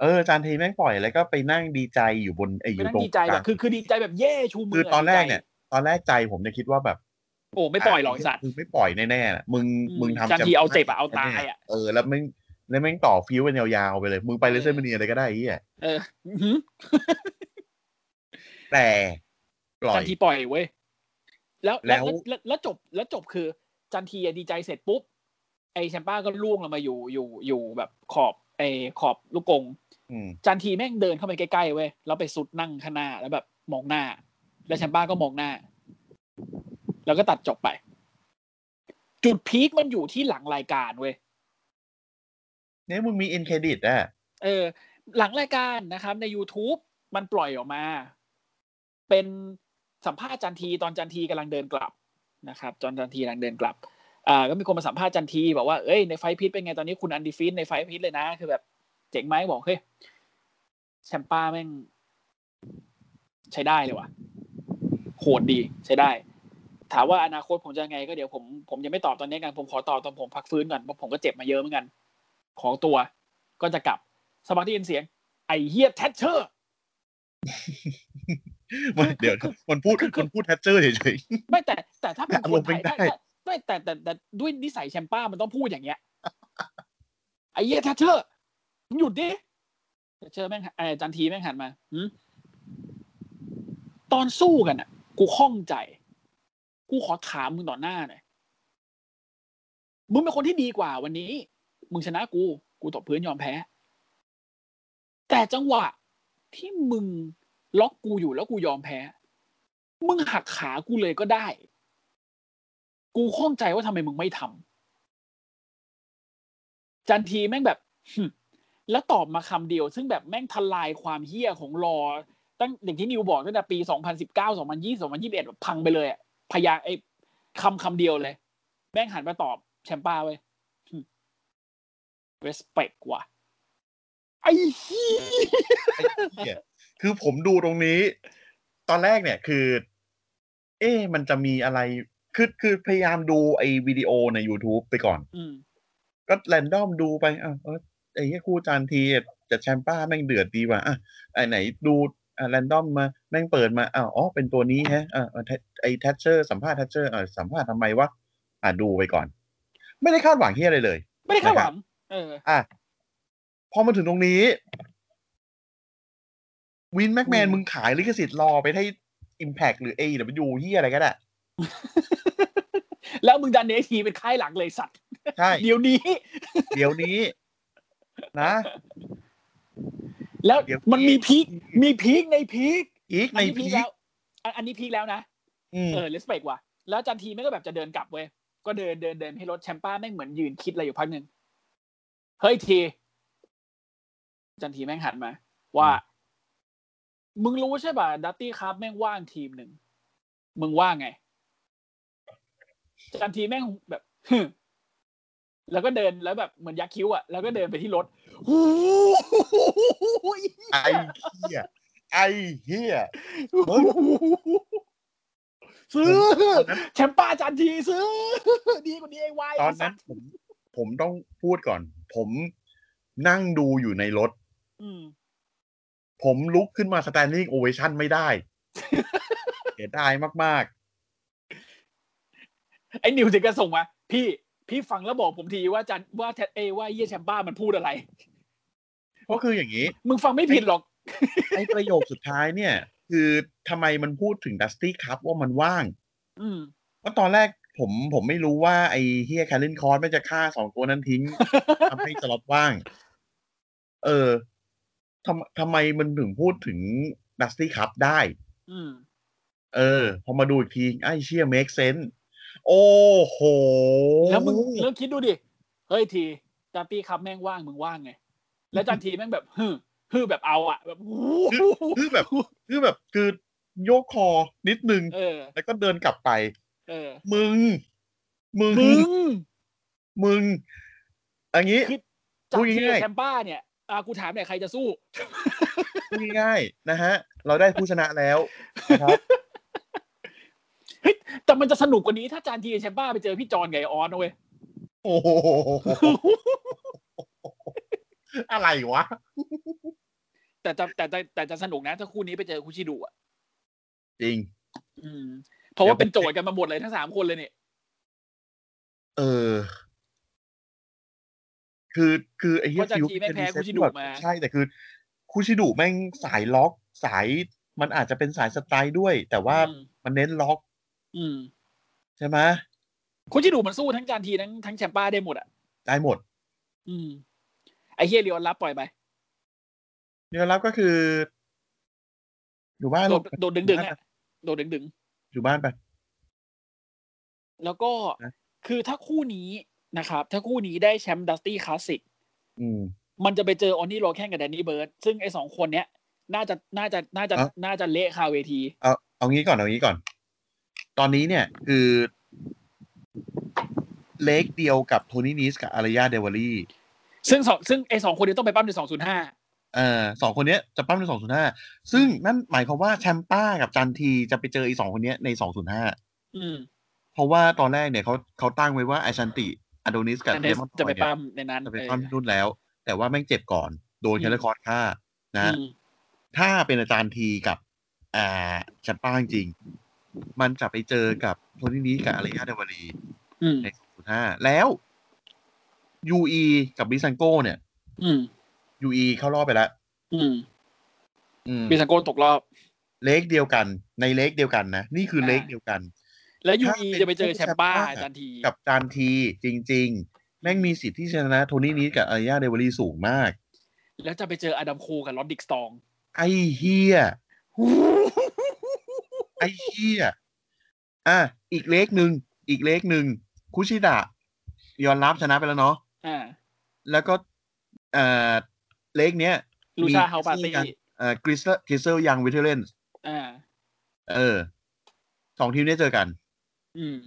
[SPEAKER 2] เออจันทีแม่งปล่อยแล้วก็ไปนั่งดีใจอยู่บนไอ้อ
[SPEAKER 3] ไป
[SPEAKER 2] ยู่
[SPEAKER 3] นั่ง
[SPEAKER 2] ตรง
[SPEAKER 3] ดีใจ
[SPEAKER 2] ก
[SPEAKER 3] แบ
[SPEAKER 2] ลา
[SPEAKER 3] บ
[SPEAKER 2] ง
[SPEAKER 3] คือคือดีใจแบบเย่ชูมื
[SPEAKER 2] คืออตอนแรก
[SPEAKER 3] ดีใจ
[SPEAKER 2] เนี่ย ตอนแรกใจผมเนี่ยคิดว่าแบบ
[SPEAKER 3] โอ้ไม่ปล่อยหรอกไอ้สัตว์
[SPEAKER 2] มึงไม่ปล่อยแน่ๆน่ะมึง
[SPEAKER 3] อืม
[SPEAKER 2] มึงทำ
[SPEAKER 3] จันทีเอาเจ็บอะ
[SPEAKER 2] แชมป์
[SPEAKER 3] เอาตายอะ
[SPEAKER 2] เออแล้วแม่งแล้วแม่งต่อฟิวกันยาวๆไปเลย มึงไปเลเซอร์เมเนียเลยก็ได้ไอ้เหี้ย
[SPEAKER 3] เอออื้อหือ
[SPEAKER 2] แต่ปล่อ
[SPEAKER 3] จั
[SPEAKER 2] ย
[SPEAKER 3] นทีปล่อยเว้ยแล้วแล้ว
[SPEAKER 2] แล้ว
[SPEAKER 3] แล้วแล้วจบแล้วจบคือ จันทีอะดีใจเสร็จปุ๊บไอแชมป้าก็ล่วงลงมาอยู่อยู่อยู่แบบขอบไอขอบลูกกง
[SPEAKER 2] อืม
[SPEAKER 3] จันทีแม่งเดินเข้าไปใกล้ๆเว้ยแล้วไปสุดนั่งข้างหน้าแล้วแบบมองหน้า แล้วแชมป้าก็มองหน้า แล้วก็ตัดจบไป จุดพีคมันอยู่ที่หลังรายการเว้ย
[SPEAKER 2] เนี่ยมึงมีอินเครดิตอ่ะ
[SPEAKER 3] เออ หลังรายการนะครับ ใน YouTube มันปล่อยออกมา เป็นสัมภาษณ์จันทีตอนจันทีกำลังเดินกลับนะครับตอนจันทีกำลังเดินกลับ อ่า ก็มีคนมาสัมภาษณ์จันทีบอกว่าเอ้ยในไฟท์พีทเป็นไงตอนนี้คุณอันดีฟีนในไฟท์พีทเลยนะ คือแบบ เจ๋งไหมบอกเฮ้ยแชมป้าแม่ง ใช้ได้เลยว่ะโหดดีใช้ได้ ถามว่าอนาคตผมจะไง ก็เดี๋ยวผมผมยังไม่ตอบตอนนี้กันผมขอตอบตอนผมพักฟื้นก่อนเพราะผมก็เจ็บมาเยอะเหมือนกัน ของตัวก็จะกลับสมัครที่ยินเสียง ไอเฮียแทชเชอร์
[SPEAKER 2] มันเดี๋ยว มันพูด
[SPEAKER 3] คือคือ
[SPEAKER 2] มันพูดแทชเชอร์เฉย
[SPEAKER 3] ไม่แต่แต่ถ้าเป็นคนไท
[SPEAKER 2] อาร
[SPEAKER 3] ย
[SPEAKER 2] มณ์ไม่ได้
[SPEAKER 3] ถ้าถ้าไม่แต่แต่แต่แต่ด้วยนิสัยแชมป้ามันต้องพูดอย่างเงี้ย ไอ้เหี้ยทัชเชอร์มึงหยุดดิทัชเชอร์แม่งไอ้จันทีแม่งหันมาหึตอนสู้กันอ่ะ กูข้องใจ กูขอถามมึงต่อหน้าหน่อยมึงเป็นคนที่ดีกว่าวันนี้ มึงชนะกู กูตบพื้นยอมแพ้ แต่จังหวะที่มึงล็อกกูอยู่แล้วกูยอมแพ้ มึงหักขากูเลยก็ได้ กูข้องใจว่าทำไมมึงไม่ทำ จันทีแม่งแบบ แล้วตอบมาคำเดียว ซึ่งแบบแม่งทลายความเฮี้ยของรอ ตั้งอย่างที่นิวบอกตั้งแต่ปี 2019 2020 2021แบบพังไปเลยอะพยางไอ้คำคำเดียวเลย แม่งหันมาตอบแชมป้าเว้ย respect ว่ะ ไอ้เฮี้ย
[SPEAKER 2] ไอ้เหี้ยคือผมดูตรงนี้ ตอนแรกเนี่ยคือ เอ๊ะมันจะมีอะไรคือคือพยายามดูไอ้วิดีโอใน YouTube ไปก่อน
[SPEAKER 3] อืม
[SPEAKER 2] ก็แรนดอมดูไปอ่ะเออไอ้เหี้ยคู่จานทีจะแชมป้าแม่งเดือดดีว่ะอ่ะไอ้ไหนดูอ่ะแรนดอมมาแม่งเปิดมาอ้าวอ๋อเป็นตัวนี้แฮะอ่ะอ่ะแทไอ้แทชเชอร์สัมภาษณ์แทชเชอร์อ่ะสัมภาษณ์ทำไมวะอ่ะดูไปก่อน ไม่ได้คาดหวังเฮียอะไรเลย
[SPEAKER 3] ไม่ได้คาดหวัง เออ
[SPEAKER 2] อ่ะพอมาถึงตรงนี้ วินแม็กแมน
[SPEAKER 3] อืม
[SPEAKER 2] มึงขายลิขสิทธิ์รอไปให้ Impact หรือ AEW เฮียอะไรก็ได้
[SPEAKER 3] แล้วมึงดันเนทีเป็นค่ายหลังเลยสัตว์
[SPEAKER 2] ใช่
[SPEAKER 3] เดี๋ยวนี้
[SPEAKER 2] เดี๋ยวนี้ นะ
[SPEAKER 3] แล้ว
[SPEAKER 2] เดี๋ยว
[SPEAKER 3] มันมีพีคมีพีคในพีค
[SPEAKER 2] อีกใน
[SPEAKER 3] อันี้
[SPEAKER 2] พี
[SPEAKER 3] ค
[SPEAKER 2] ค
[SPEAKER 3] แล้วอันอันนี้พีคแล้วนะ
[SPEAKER 2] อืม
[SPEAKER 3] เออเลสเปกว่ะ แล้วจันทีแม่งก็แบบจะเดินกลับเว้ย ก็เดินเดินเดินให้รถแชมป้าแม่งเหมือนยืนคิดอะไรอยู่พักหนึ่ง เฮ้ยที จันทีแม่งหันมา ว่า มึงรู้ใช่ป่ะดัตตี้ครับแม่งว่างทีมหนึ่ง มึงว่างไง จันทีแม่งแบบ ฮึมแล้วก็เดินแล้วแบบเหมือนยักษ์คิ้วอ่ะ แล้วก็เดินไปที่รถโอ้โห
[SPEAKER 2] ไอเฮียไอเฮีย เฮ้ย
[SPEAKER 3] ซื้อแชมป้าจันทีซื้อ ดีกว่านี้ไอ้วาย
[SPEAKER 2] ตอนนั้นผมผมต้องพูดก่อน ผมนั่งดูอยู่ในรถ
[SPEAKER 3] อืม
[SPEAKER 2] ผมลุกขึ้นมาสแตนดิ้งโอเวชั่นไม่ได้ เสียดายมาก
[SPEAKER 3] ไอ้นิวถึงก็ส่งมา พี่พี่ฟังแล้วบอกผมทีว่าจันว่าแทเอยว่าเยี่ยแชมป้ามันพูดอะไร
[SPEAKER 2] ๆ ก็คืออย่างนี้
[SPEAKER 3] มึงฟังไม่ผิดหรอก
[SPEAKER 2] ไอ้ประโยคสุดท้ายเนี่ย คือทำไมมันพูดถึงดัสตี้ครับว่ามันว่าง
[SPEAKER 3] อืม
[SPEAKER 2] ก็ตอนแรกผมผมไม่รู้ว่าไอ้เฮียแคลรินคอร์สไม่จะฆ่าสองตัวนั้นทิ้ง ทำให้สล็อตว่าง เออทำทำไมมันถึงพูดถึงดัสตี้ครับได้
[SPEAKER 3] อืม
[SPEAKER 2] เออ พอมาดูอีกที ไอ้เชี่ย make sense โอ้โห
[SPEAKER 3] แล้วมึงเริ่มคิดดูดิ เฮ้ยทีจันทีครับแม่งว่างมึงว่างไง แล้วจันทีแม่งแบบฮึมฮึมแบบเอาอะแบบโอ้โห
[SPEAKER 2] คือแบบคือแบบคือโยกคอนิดนึง
[SPEAKER 3] เออ
[SPEAKER 2] แล้วก็เดินกลับไป
[SPEAKER 3] เออ
[SPEAKER 2] มึง มึง
[SPEAKER 3] มึง
[SPEAKER 2] มึงอันนี้
[SPEAKER 3] คือ
[SPEAKER 2] พู
[SPEAKER 3] จั
[SPEAKER 2] ด
[SPEAKER 3] นที
[SPEAKER 2] ง่ายๆ
[SPEAKER 3] แชมป้าเนี่ยอ่ากูถามเนี่อยใครจะสู้
[SPEAKER 2] พูดง่ายๆนะฮะ เราได้ผู้ชนะแล้วนะครับ
[SPEAKER 3] แต่มันจะสนุกกว่านี้ถ้าจันทีแชมป้าไปเจอพี่จอนไงออน นะเว้ย
[SPEAKER 2] โอ้โหอะไรวะ
[SPEAKER 3] แต่จะแต่จะแต่จะสนุกนะ ถ้าคู่นี้ไปเจอคุชิดุอะ
[SPEAKER 2] จริง
[SPEAKER 3] อืมเพราะว่าเป็นโจทย์กันมาหมดเลยทั้งสามคนเลยเนี่ย
[SPEAKER 2] เออ คือคือไอ้
[SPEAKER 3] เพ
[SPEAKER 2] เหี้ย
[SPEAKER 3] ราะจันทีแม่งแพ้คุชิดุ
[SPEAKER 2] แบบ
[SPEAKER 3] มา
[SPEAKER 2] ใช่แต่คือคุชิดุแม่งสายล็อก สายมันอาจจะเป็นสายสไตล์ด้วย แต่ว่า
[SPEAKER 3] อืม
[SPEAKER 2] มันเน้นล็อก
[SPEAKER 3] อืม
[SPEAKER 2] ใช่ไหม
[SPEAKER 3] คุชิดุมันสู้ทั้งจันทีทั้งทั้งแชมป้าได้หมดอ่ะ
[SPEAKER 2] ได้หมด
[SPEAKER 3] อืม ไอเฮียเรียนรับปล่อยไป
[SPEAKER 2] เนื้อรับก็คือ อยู่บ้าน
[SPEAKER 3] โดดโดดดึงดึงๆอะโดดดึงดึง
[SPEAKER 2] อยู่บ้านไป
[SPEAKER 3] ๆแล้วก็
[SPEAKER 2] นะ
[SPEAKER 3] คือถ้าคู่นี้นะครับ ถ้าคู่นี้ได้แชมป์ดัสตี้คลาสสิก
[SPEAKER 2] อืม
[SPEAKER 3] มันจะไปเจอออนนี่โรแคนกับแดนนี่เบิร์ดซึ่งไอสองคนเนี้ย น่าจะน่าจะน่าจะ
[SPEAKER 2] อ่ะ
[SPEAKER 3] น่าจะเละคาเวที
[SPEAKER 2] เอาเอางี้ก่อนเอางี้ก่อน ตอนนี้เนี่ยคือเลกเดียวกับโทนี่นิสกับอารยาเดวารี
[SPEAKER 3] ซึ่งสองซึ่งไอสองคนเนี้ยต้องไปปั้มในสองศูนย์ห้า
[SPEAKER 2] เอ่อสองคนเนี้ยจะปั้มในสองศูนย์ห้าซึ่งนั่นหมายความว่าแชมป้ากับจันทีจะไปเจออีสองคนเนี้ยในสองศูนย์ห้า
[SPEAKER 3] อืม
[SPEAKER 2] เพราะว่าตอนแรกเนี่ยเขาเขาตั้งไว้ว่าไอชันติอโดนิสกับ
[SPEAKER 3] อัน
[SPEAKER 2] เด
[SPEAKER 3] นี้
[SPEAKER 2] มอน
[SPEAKER 3] จะไป
[SPEAKER 2] เนี่ย
[SPEAKER 3] ปั้มในนั้น
[SPEAKER 2] จะไป
[SPEAKER 3] เออ
[SPEAKER 2] ปั้มที่นู่นแล้ว แต่ว่าแม่งเจ็บก่อน โดนแคลร์คอร์ดฆ่านะ
[SPEAKER 3] อืม
[SPEAKER 2] ถ้าเป็นอาจารย์ทีกับ อ่าแชมป้าจริงๆมันจะไปเจอกับโทนี่นิสกับอารยาเดวารี
[SPEAKER 3] อืม
[SPEAKER 2] ใน2005แล้ว UE กับบิซังโก้เนี่ย
[SPEAKER 3] อืม
[SPEAKER 2] UE เข้ารอบไปแล้ว
[SPEAKER 3] อืม
[SPEAKER 2] อืม
[SPEAKER 3] บิสังโกนตกรอบ
[SPEAKER 2] เลขเดียวกัน ในเลขเดียวกันนะ นี่คือ
[SPEAKER 3] อ่า
[SPEAKER 2] เลขเดียวกัน
[SPEAKER 3] แล้วยู
[SPEAKER 2] ถ้า
[SPEAKER 3] อี
[SPEAKER 2] เป็น
[SPEAKER 3] จะไปเจอแชมป้า
[SPEAKER 2] แชมป้า
[SPEAKER 3] จันที
[SPEAKER 2] กับจานทีจริง ๆ แม่งมีสิทธิ์ที่ชนะโทนี่นิสกับอารยาเดวอรีสูงมาก
[SPEAKER 3] แล้วจะไปเจออดัมโคกับลอดดิกสต อง
[SPEAKER 2] ไอ้เฮียไอ้เฮียอ่ะอีกเลขหนึ่งอีกเลขหนึ่งคุชิดะยอนรับชนะไปแล้วเนาะ
[SPEAKER 3] อ่า
[SPEAKER 2] แล้วก็เอ่อเลขเนี้ย
[SPEAKER 3] ลูชาเฮาปาร์ตี้
[SPEAKER 2] มี เอ่อกริสกริสเซลยังวิเทเลน
[SPEAKER 3] อ่า
[SPEAKER 2] เออสองทีมเนี้เจอกัน
[SPEAKER 3] อืม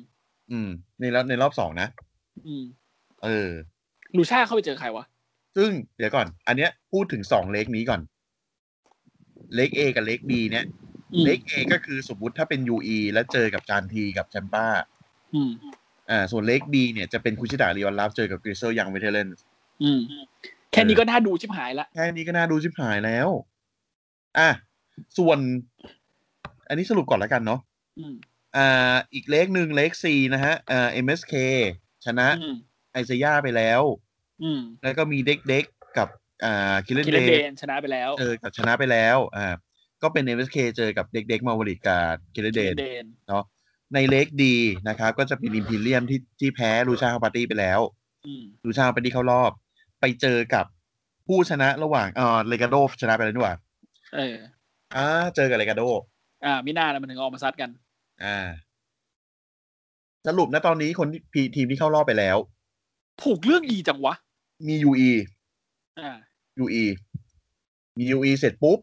[SPEAKER 2] อืม ในรอบในรอบสองนะ
[SPEAKER 3] อืม
[SPEAKER 2] เออ
[SPEAKER 3] ลูชาเข้าไปเจอใครวะ
[SPEAKER 2] ซึ่งเดี๋ยวก่อน อันเนี้ยพูดถึงสองเลกนี้ก่อน เลก A กับเลก B เนี่ย
[SPEAKER 3] อืม
[SPEAKER 2] เลก A ก็คือสมมติถ้าเป็น UE แล้วเจอกับจานทีกับแชมป้า
[SPEAKER 3] อืม
[SPEAKER 2] อ่า ส่วนเลก B เนี่ยจะเป็นคุชิดาเรียนรับเจอกับกริเซลยังเวเทเลน
[SPEAKER 3] อืม แค่นี้ก็น่าดูชิบหายละ
[SPEAKER 2] แค่นี้ก็น่าดูชิบหายแล้ว อ่ะ ส่วน อันนี้สรุปก่อนแล้วกันเนาะ
[SPEAKER 3] อืม
[SPEAKER 2] อ่า อีกเลกหนึ่งเลก C นะฮะ อ่า MSK ชนะ
[SPEAKER 3] อืม
[SPEAKER 2] ไอเซย่าไปแล้ว
[SPEAKER 3] อืม
[SPEAKER 2] แล้วก็มีเด็กเด็กๆกับอ่าคิลเลน
[SPEAKER 3] กิเล
[SPEAKER 2] เด
[SPEAKER 3] นเดนชนะไปแล้ว
[SPEAKER 2] เจอกับชนะไปแล้วอ่าก็เป็น m s k เจอกับเด็กเด็กมาวริกาคิลเลนเดน
[SPEAKER 3] เดน
[SPEAKER 2] ในเลกดีนะครับ ก็จะเป็นอิมพีเรียมที่ที่แพ้ลูชาฮาปาร์ตี้ไปแล้ว
[SPEAKER 3] อืม
[SPEAKER 2] ลูชาฮาปาร์ตี้เข้ารอบ ไปเจอกับผู้ชนะระหว่างเออเลกาโดชนะไปแล้วนี่หว่า
[SPEAKER 3] เออ
[SPEAKER 2] อ่าเจอกับเลกาโด
[SPEAKER 3] อ่า มิน่าแล้วมันถึงออกมาซัดกัน
[SPEAKER 2] อ่าสรุปนะตอนนี้คนที่ทีมที่เข้ารอบไปแล้ว
[SPEAKER 3] ผูกเรื่องอีจังวะ
[SPEAKER 2] มี UE
[SPEAKER 3] อ่า
[SPEAKER 2] UE มี UE เสร็จปุ๊บ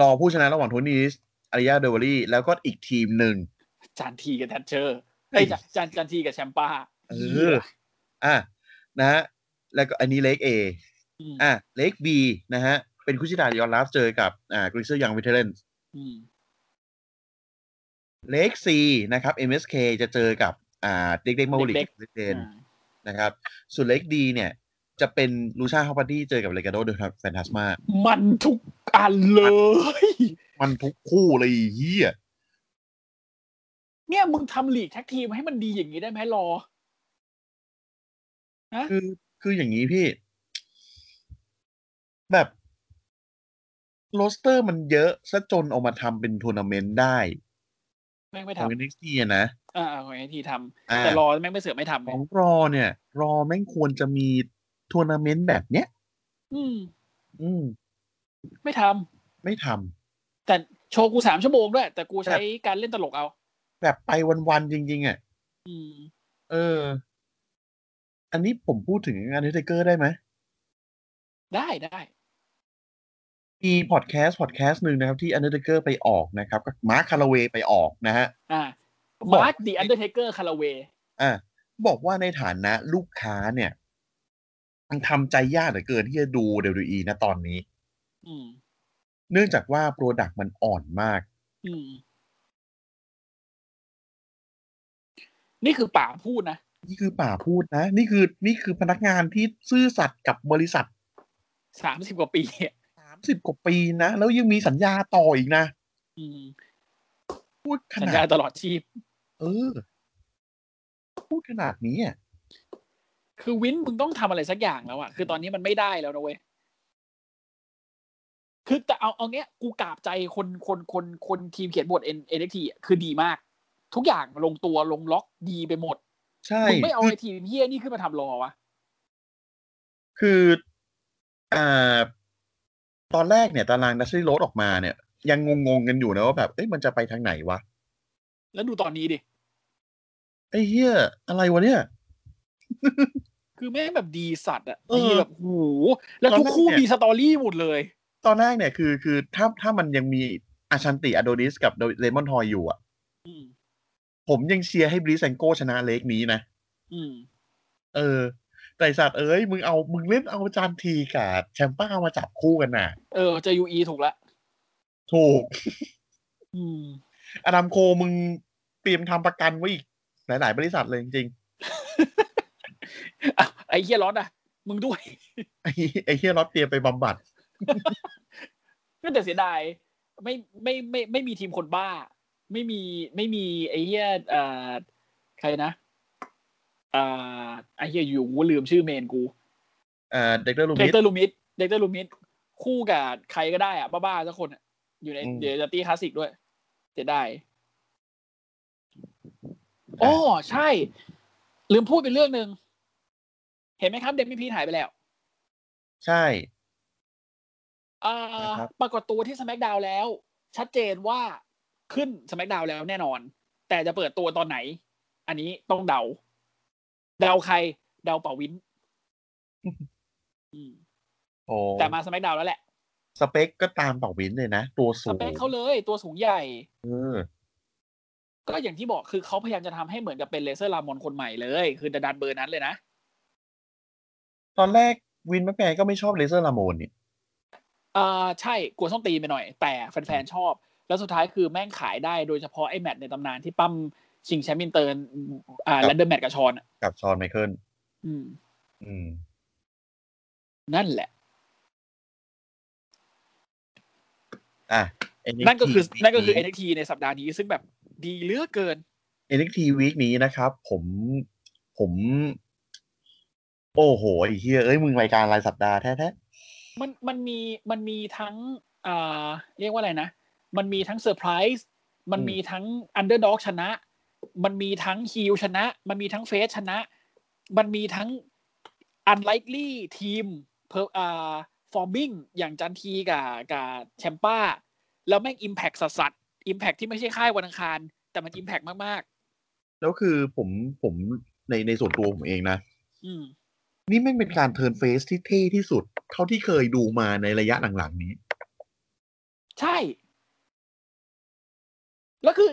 [SPEAKER 2] รอผู้ชนะระหว่างโทนี่นิสอารยาเดวอรี่ แล้วก็อีกทีมหนึ่ง
[SPEAKER 3] จานทีกับแทชเชอร์ไอ้ยจันจันจันทีกับแชมป้า
[SPEAKER 2] เออ อ่ะ นะฮะ แล้วก็อันนี้เลก A
[SPEAKER 3] อืม
[SPEAKER 2] อ่ะ เลก B นะฮะ เป็นคุชิดาดิออนลาฟเจอกับ อ่ากริเซอร์ยังวิเทเลน
[SPEAKER 3] อืม
[SPEAKER 2] เลกซีนะครับ MSK จะเจอกับอ่าเด็กเด็กมาลิก
[SPEAKER 3] เด็ก
[SPEAKER 2] เดนนะครับ ส่วนเล็กดีเนี่ย จะเป็นลูชาฮอปปี้เจอกับเลกาโดเดอะแฟนตาสมา
[SPEAKER 3] มันทุกอันเลย
[SPEAKER 2] มันทุกคู่เลยไอ้เฮีย
[SPEAKER 3] เนี่ยมึงทำลีกแท็กทีมให้มันดีอย่างนี้ได้ไหมรอ
[SPEAKER 2] คือคืออย่างนี้พี่ แบบโรสเตอร์มันเยอะซะจนเอามาทำเป็นทัวร์นาเมนต์ได้
[SPEAKER 3] แม่งไม่
[SPEAKER 2] ข
[SPEAKER 3] ท
[SPEAKER 2] อง NXT อะนะ
[SPEAKER 3] ำอ่าของไอทีท
[SPEAKER 2] อ่า
[SPEAKER 3] ำแต่รอแม่งไม่เสือกไม่
[SPEAKER 2] ข
[SPEAKER 3] ทำไง
[SPEAKER 2] องรอเนี่ย รอแม่งควรจะมีทัวร์นาเมนต์แบบเนี้ย
[SPEAKER 3] อืม
[SPEAKER 2] อืม
[SPEAKER 3] ไม่ท
[SPEAKER 2] ไม่ทำ
[SPEAKER 3] ำแต่โชว์กูสามชั่วโมงด้วย แต่กูใช้การเล่นตลกเอา
[SPEAKER 2] แบบไปวันๆจริงๆอ่ะ
[SPEAKER 3] อืม
[SPEAKER 2] เออ อันนี้ผมพูดถึงงานเทเกอร์ได้ไหม
[SPEAKER 3] ได้ได้
[SPEAKER 2] มีพอดแคสต์พอดแคสต์หนึ่งนะครับที่ Undertaker ไปออกนะครับก็มาร์คคาราเวไปออกนะฮะ
[SPEAKER 3] อ่า
[SPEAKER 2] บอ
[SPEAKER 3] มาก ร์คดีอันเดอร์เทเกอร์คาราเว
[SPEAKER 2] อ่าบอกว่าในฐานะลูกค้าเนี่ย มันทำใจยากเหลือเกินที่จะดู WWE นะตอนนี้
[SPEAKER 3] อืม
[SPEAKER 2] เนื่องจากว่าโปรดักต์มันอ่อนมาก
[SPEAKER 3] อืม นี่คือป่าพูดนะ
[SPEAKER 2] นี่คือป่าพูดนะ นี่คือ นี่คือพนักงานที่ซื่อสัตย์กับบริษัท
[SPEAKER 3] สามสิบกว่าปีอะ
[SPEAKER 2] สามสิบกว่าปีนะ แล้วยังมีสัญญาต่ออีกนะ
[SPEAKER 3] อืม
[SPEAKER 2] พูดข
[SPEAKER 3] สัญ
[SPEAKER 2] นา
[SPEAKER 3] ญา
[SPEAKER 2] ด
[SPEAKER 3] ตลอดชีพ
[SPEAKER 2] เออ พูดขนาดนี้อ่ะ
[SPEAKER 3] คือวินมึงต้องทำอะไรสักอย่างแล้วอะคือตอนนี้มันไม่ได้แล้วนะเว้ย คือแต่เอาเอาเงี้ย กูกราบใจคนคนคนคนทีมเขียนบทเอ็นเอ็นทีคือดีมาก ทุกอย่างลงตัวลงล็อกดีไปหมด
[SPEAKER 2] ใช่
[SPEAKER 3] มึงไม่เอา
[SPEAKER 2] คื
[SPEAKER 3] ไอทีมเฮียนี่ขึ้นมาทำรอวะ
[SPEAKER 2] คืออ่าตอนแรกเนี่ยตารางดัชชี่โรดออกมาเนี่ย ยังงงๆกันอยู่นะว่าแบบ เอ้ยมันจะไปทางไหนวะ
[SPEAKER 3] แล้วดูตอนนี้ดิ
[SPEAKER 2] ไอ้เหี้ยอะไรวะเนี่ย
[SPEAKER 3] คือแม่งแบบดีสัตว์อะ
[SPEAKER 2] เออ
[SPEAKER 3] ดีแบบหูแล้วทุก
[SPEAKER 2] ตอนแรก
[SPEAKER 3] คู่
[SPEAKER 2] เนี่ย
[SPEAKER 3] มีสตอรี่หมดเลย
[SPEAKER 2] ตอนแรกเนี่ยคือ คือถ้าถ้ามันยังมีอาชันติอโดนิสกับเลมอนทอยอยู่อ่ะ
[SPEAKER 3] อืม
[SPEAKER 2] ผมยังเชียร์ให้บรีแซงโกชนะเลกนี้นะ
[SPEAKER 3] อืม
[SPEAKER 2] เออ แต่ไอ้สัตว์เอ้ย มึงเอา มึงเล่นเอาจานทีกับแชมป้ามาจับคู่กันน่ะ
[SPEAKER 3] เออเจะยูอีถูกละ
[SPEAKER 2] ถูก
[SPEAKER 3] อืม
[SPEAKER 2] อดัมโคมึงเตรียมทำประกันไว้อีก หลาย ๆ บริษัทเลยจริง
[SPEAKER 3] อ่ะไอเฮียร้อนอะมึงด้วย
[SPEAKER 2] ๆไอ้ไอ้เฮียรอดเตรียมไปบำบัด
[SPEAKER 3] ก็แต่เสียดายไม่ไม่ไมไม่ไม่มีทีมคนบ้า ไม่มีไม่มีไอ้เหี้ยเอ่อใครนะอ่าไอ้เหี้ยอยู่กูลืมชื่อเมนกู
[SPEAKER 2] เอ่อเด็กเตอร์ลู
[SPEAKER 3] เด
[SPEAKER 2] มิ
[SPEAKER 3] ก
[SPEAKER 2] ส
[SPEAKER 3] เตอร์ลูมิดเดกเตอร์ลูมิดคู่กับใครก็ได้อะบ้าๆสักคนอะอยู่ใน
[SPEAKER 2] อืม
[SPEAKER 3] เดี๋ยวจะตีคลาสสิกด้วยเสียดายอ๋อใช่ ลืมพูดไปเรื่องหนึ่งเห็นไหมครับเดมิพีหายไปแล้ว
[SPEAKER 2] ใช่
[SPEAKER 3] อ่า
[SPEAKER 2] ครับ
[SPEAKER 3] ปรากฏตัวที่สแมกดาวแล้ว ชัดเจนว่าขึ้นสแมกดาวแล้วแน่นอน แต่จะเปิดตัวตอนไหน อันนี้ต้องเดา เดาใคร เดาเป่าวินอืม
[SPEAKER 2] โอ้
[SPEAKER 3] แต่มาสแมกดาวแล้วแหละ
[SPEAKER 2] สเปคก็ตามเป่าวินเลยนะ ตัว
[SPEAKER 3] ส
[SPEAKER 2] สูง
[SPEAKER 3] เปคเขาเลยตัวสูงใหญ่
[SPEAKER 2] เออ
[SPEAKER 3] ก็อย่างที่บอกคือเขาพยายามจะทำให้เหมือนกับเป็นเลเซอร์ลามอนคนใหม่เลย คือดันๆเบอร์นั้นเลยนะ
[SPEAKER 2] ตอนแรกวินแม็กแมนก็ไม่ชอบเลเซอร์ลาโมนนี่
[SPEAKER 3] อ่าใช่กลัวส้นตีนไปหน่อย แต่แฟนๆชอบ แล้วสุดท้ายคือแม่งขายได้โดยเฉพาะไอ้แมตช์ในตำนานที่ปั้มชิงแชมป์อินเตอร์อ่า
[SPEAKER 2] ครับ
[SPEAKER 3] แลนเดอร์แมตช์กับชอนอะ
[SPEAKER 2] กับชอนไมเคิล
[SPEAKER 3] อืม
[SPEAKER 2] อืม
[SPEAKER 3] นั่นแหละ
[SPEAKER 2] อ่ะ NXT
[SPEAKER 3] นั่นก็คือนั่นก็คือ NXT ในสัปดาห์นี้ซึ่งแบบดีเหลือเกิน
[SPEAKER 2] NXT Week นี้นะครับ ผม ผม โอ้โหไอ้เฮียเอ้ย มึงรายการรายสัปดาห์แท้
[SPEAKER 3] มันมันมีมันมีทั้งอ่าเรียกว่าอะไรนะ มันมีทั้งเซอร์ไพรส์มันมีทั้งอันเดอร์ด็อกชนะ มันมีทั้งฮิลชนะ มันมีทั้งเฟสชนะ มันมีทั้งอันไล k ลี่ทีมเพออ่าฟอร์มิงอย่างจันทีกับกับแชมป้า แล้วแม่งอิมแพกสัสสัสอิมแพกที่ไม่ใช่ค่ายวันอังคาร แต่มันอิมแพกมาก
[SPEAKER 2] ๆ แล้วคือผมผมในในส่วนตัวผมเองนะ
[SPEAKER 3] ๆ อืม
[SPEAKER 2] นี่แม่งเป็นการเทิร์นเฟสที่เท่ที่สุด เท่าที่เคยดูมาในระยะหลังๆนี้
[SPEAKER 3] ใช่ แล้วคือ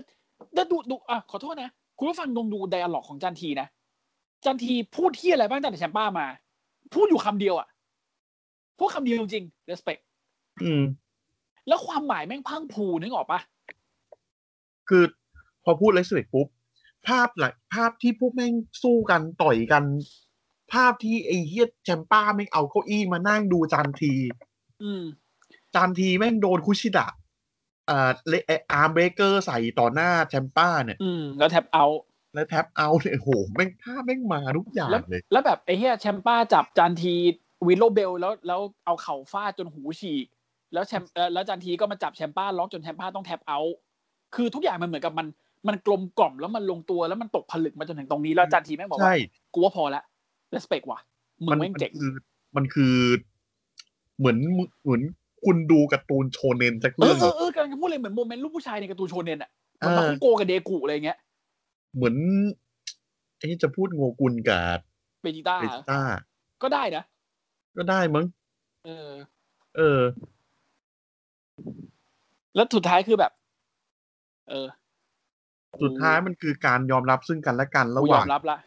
[SPEAKER 3] แล้วดูดูอ่ะขอโทษนะ คุณผู้ฟังลองดูไดอะล็อกของจันทีนะ จันทีพูดที่อะไรบ้างตั้งแต่แชมป้ามา พูดอยู่คำเดียวอ่ะ พูดคำเดียวจริงๆ respect
[SPEAKER 2] อืม
[SPEAKER 3] แล้วความหมายแม่งพรังพรูนึกออกปะ
[SPEAKER 2] คือ พอพูดเลสเวกปุ๊บ ภาพหลักภาพที่พวกแม่งสู้กันต่อยกัน ภาพที่ไอ้เฮียแชมป้าแม่งเอาเก้าอี้มานั่งดูจานที
[SPEAKER 3] อืม
[SPEAKER 2] จานทีแม่งโดนคุชิดะเอ่อเลไอ้อาร์มเบรกเกอร์ใส่ต่อหน้าแชมป้าเนี่ย
[SPEAKER 3] อืม แล้วแท็บเอา
[SPEAKER 2] แล้วแท็บเอาเนี่ยโหแม่งภาพแม่งมาทุกอย่างเลย
[SPEAKER 3] แล้วแบบไอ้เฮียแชมป้าจับจานทีวิลโลเบลแล้วแล้วเอาเข่าฟาดจนหูฉีก แล้วแชมเอ่อแล้วจานทีก็มาจับแชมป้าล็อกจนแชมป้าต้องแท็บเอาท์คือทุกอย่างมันเหมือนกับมันมันกลมกล่อมแล้วมันลงตัวแล้วมันตกผลึกมาจนถึงตรงนี้แล้วจานทีแม่งบอกว่า
[SPEAKER 2] ใช่
[SPEAKER 3] กูว่าพอละ respect ว่ะมึ
[SPEAKER 2] มัน
[SPEAKER 3] งแม่งเจ๋ง
[SPEAKER 2] คือมันคือเหมือนเหมือนคุณดูการ์ตูนโชเนนสัก
[SPEAKER 3] เอ
[SPEAKER 2] เรื่
[SPEAKER 3] อ
[SPEAKER 2] อง
[SPEAKER 3] เออเออกำลังจะพูดเลยเหมือนโมเมนต์ลูกผู้ชายในการ์ตูนโชเนนอ่ะเหมือ
[SPEAKER 2] เออ
[SPEAKER 3] นปาคุโกกับเดกุอะไรเงี้ย
[SPEAKER 2] เหมือนไอ้จะพูดโงกุลกับ
[SPEAKER 3] เบจิต้า
[SPEAKER 2] เบจิต้า
[SPEAKER 3] ก็ได้นะ
[SPEAKER 2] ก็ได้มั้ง
[SPEAKER 3] เออ
[SPEAKER 2] เออ
[SPEAKER 3] แล้วสุดท้ายคือแบบ เออ
[SPEAKER 2] สุดท้ายมันคือการยอมรับซึ่งกันและกันระ
[SPEAKER 3] กู
[SPEAKER 2] ห
[SPEAKER 3] ยอ
[SPEAKER 2] ว่าง
[SPEAKER 3] มรับละ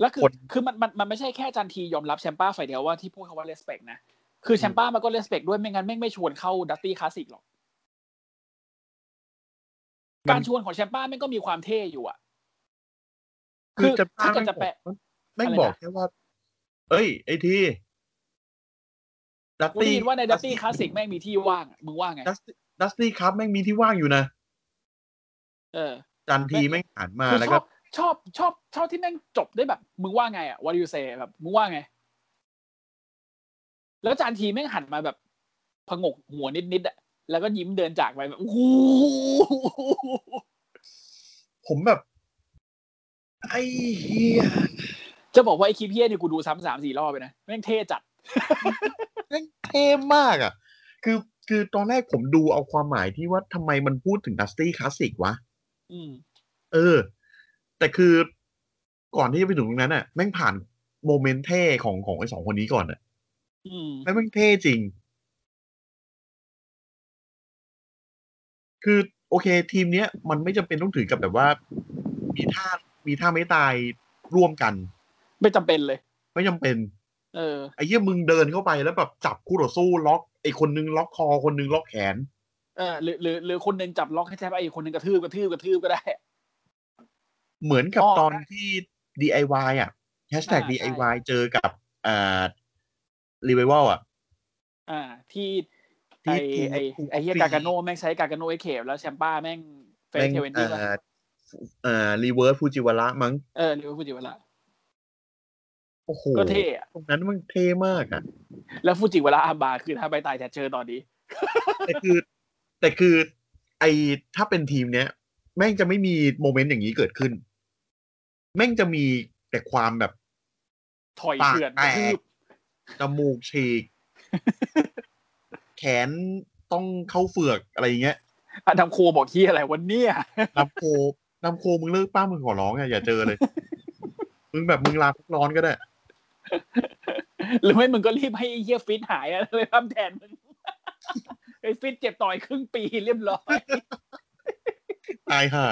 [SPEAKER 3] แล้วคือ
[SPEAKER 2] คน
[SPEAKER 3] คือมัน มัน มันไม่ใช่แค่จันทียอมรับแชมป้าฝ่ายเดียวว่าที่พูดคำว่า respect นะ คือแชมป้ามันก็ respect ด้วย ไม่งั้นแม่งไม่ชวนเข้าดัตตี้คลาสสิกหรอก
[SPEAKER 2] มัน
[SPEAKER 3] การชวนของแชมป้าแม่งก็มีความเท่อยู่อ่ะ
[SPEAKER 2] คือ
[SPEAKER 3] คือ
[SPEAKER 2] จะ
[SPEAKER 3] ถ้าเกิดจะแปะ
[SPEAKER 2] แม่ง
[SPEAKER 3] อะไรนะ
[SPEAKER 2] บอกแค่ว่า เอ้ย ไอทีดัต
[SPEAKER 3] กูได้
[SPEAKER 2] ตี้
[SPEAKER 3] ยินว่าในดัตตี้คลาสสิกแม่งมีที่ว่างอะมึงว่าไง
[SPEAKER 2] ดัตตี้ครับแม่งมีที่ว่างอยู่นะ
[SPEAKER 3] เออ
[SPEAKER 2] จันทีแม่งหันมา
[SPEAKER 3] คือ
[SPEAKER 2] แล้ว
[SPEAKER 3] ช
[SPEAKER 2] ก็
[SPEAKER 3] อบ ชอบ ชอบ ชอบที่แม่งจบได้แบบ มึงว่าไงอ่ะ what do you say แบบ มึงว่าไง แล้วจานทีแม่งหันมาแบบผงกหัวนิดๆอ่ะ แล้วก็ยิ้มเดินจากไปแบบโอ้โห
[SPEAKER 2] ผมแบบ ไอ้เฮีย
[SPEAKER 3] จะบอกว่าไอ้คลิปเฮี้ยเนี่ยกูดูซ้ำสามสี่รอบไปนะแม่งเท่จัด
[SPEAKER 2] แม่งเท่มากอ่ะ คือคือตอนแรกผมดูเอาความหมายที่ว่าทำไมมันพูดถึงดัสตี้คลาสสิกวะ
[SPEAKER 3] อืม
[SPEAKER 2] เออ แต่คือก่อนที่จะไปถึงตรงนั้นอ่ะ แม่งผ่านโมเมนต์เท่ของของไอ้สองคนนี้ก่อนอ่ะ
[SPEAKER 3] อืม
[SPEAKER 2] แล้วแม่งเท่จริง คือโอเค ทีมเนี้ย มันไม่จำเป็นต้องถึงกับแบบว่า มีท่ามีท่าไม่ตายร่วมกัน
[SPEAKER 3] ไม่จำเป็นเลย
[SPEAKER 2] ไม่จำเป็น
[SPEAKER 3] เออ
[SPEAKER 2] ไอ้เหี้ยมึงเดินเข้าไปแล้วแบบจับคู่ต่อสู้ล็อกไอ้คนนึงล็อกคอคนนึงล็อกแขน
[SPEAKER 3] เออหรือหรือหรือคนหนึ่งจับล็อกให้แทบไอ้คนหนึ่งกระทืบกระทืบกระทืบก็ได้
[SPEAKER 2] เหมือนกับ
[SPEAKER 3] อ๋อ
[SPEAKER 2] ตอนที่ DIY อ่ะแฮชแท็ก
[SPEAKER 3] อ่า
[SPEAKER 2] DIY เจอกับอ่า Revival อ่ะ
[SPEAKER 3] อ่า ที่
[SPEAKER 2] ที่
[SPEAKER 3] ไอ้
[SPEAKER 2] ที่
[SPEAKER 3] ไอ้
[SPEAKER 2] ที่
[SPEAKER 3] ไอ้เฮีย
[SPEAKER 2] ที่
[SPEAKER 3] กากาโน่แม่งใช้กากาโน่ไอ้เขบแล้วแชมป้าแม่งเฟส
[SPEAKER 2] แม่ง
[SPEAKER 3] เทเวนตี้
[SPEAKER 2] อ่าอ่ารีเวิร์สฟูจิวาระมั้ง
[SPEAKER 3] เออหรือว่าพูดจิวะละ
[SPEAKER 2] โอ้โห
[SPEAKER 3] ก็เท่อะ
[SPEAKER 2] ตรงนั้นมันเท่มากอ่ะ
[SPEAKER 3] แล้วฟูจิวะละอาบาคือถ้าไปตายแทเชอร์ตอนนี้
[SPEAKER 2] แต่คือ แต่คือ ไอ้ถ้าเป็นทีมเนี้ย แม่งจะไม่มีโมเมนต์อย่างนี้เกิดขึ้น แม่งจะมีแต่ความแบบ
[SPEAKER 3] ถอย
[SPEAKER 2] ปาก
[SPEAKER 3] เถื่อน
[SPEAKER 2] แต
[SPEAKER 3] กระ
[SPEAKER 2] ก
[SPEAKER 3] ทืบ
[SPEAKER 2] จมูกฉีก แขนต้องเข้าเฟือกอะไรอย่างเงี้ย
[SPEAKER 3] อันทำโคบอกเฮียอะไรวันเนี้ย
[SPEAKER 2] นำโคน้ำโคมึงเลิกป้ามึงขอร้องอ่ะอย่าเจอเลย มึงแบบมึงลาพักร้อนก็ได้
[SPEAKER 3] หรือไม่มึงก็รีบให้ไอ้เฮียฟิตหายอะเลยทำแทนมึง ไอ้ฟิตเจ็บต่อยครึ่งปีเรียบร้อย
[SPEAKER 2] ตายห่า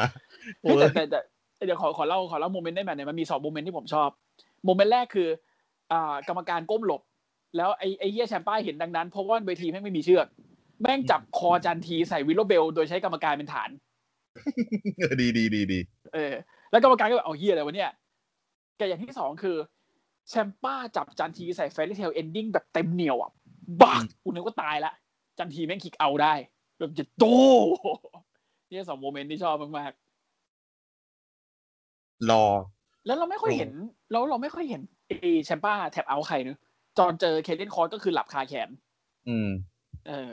[SPEAKER 2] โอ้
[SPEAKER 3] เฮ้ย
[SPEAKER 2] ย
[SPEAKER 3] แต่แต่แต่แต่เดี๋ยวขอขอเล่าขอเล่าโมเมนต์ได้ไหมเนี่ยมันมีสองโมเมนต์ที่ผมชอบโมเมนต์แรกคืออ่ากรรมการก้มหลบ แล้วไอ้ไอ้เหี้ยแชมป้าเห็นดังนั้นเพราะว่าเวทีแม่งไม่มีเชือก แม่งจับคอจันทีใส่วิลโลเบล โดยใช้กรรมการเป็นฐาน
[SPEAKER 2] เออดีดีดีดี
[SPEAKER 3] เออ แล้วกรรมการก็แบบเอาเฮียอะไรวะเนี่ยแต่อย่างที่สองคือแชมป้าจับจันทีใส่แฟรี่เทลเอนดิ้งแบบเต็มเหนียวอ่ะบักกูนึกว่าตายละ จันทีแม่งคิกเอาได้ แบบจะโตเนี่ยสองโมเมนต์ที่ชอบมากๆ
[SPEAKER 2] รอ
[SPEAKER 3] แล้วเราไม่ค่อยเห็นแล้วเราไม่ค่อยเห็นเอแชมป้าแท็บเอาท์ใครเนอะจอนเจอเคเลนคอร์สก็คือหลับคาแขน
[SPEAKER 2] อืม
[SPEAKER 3] เออ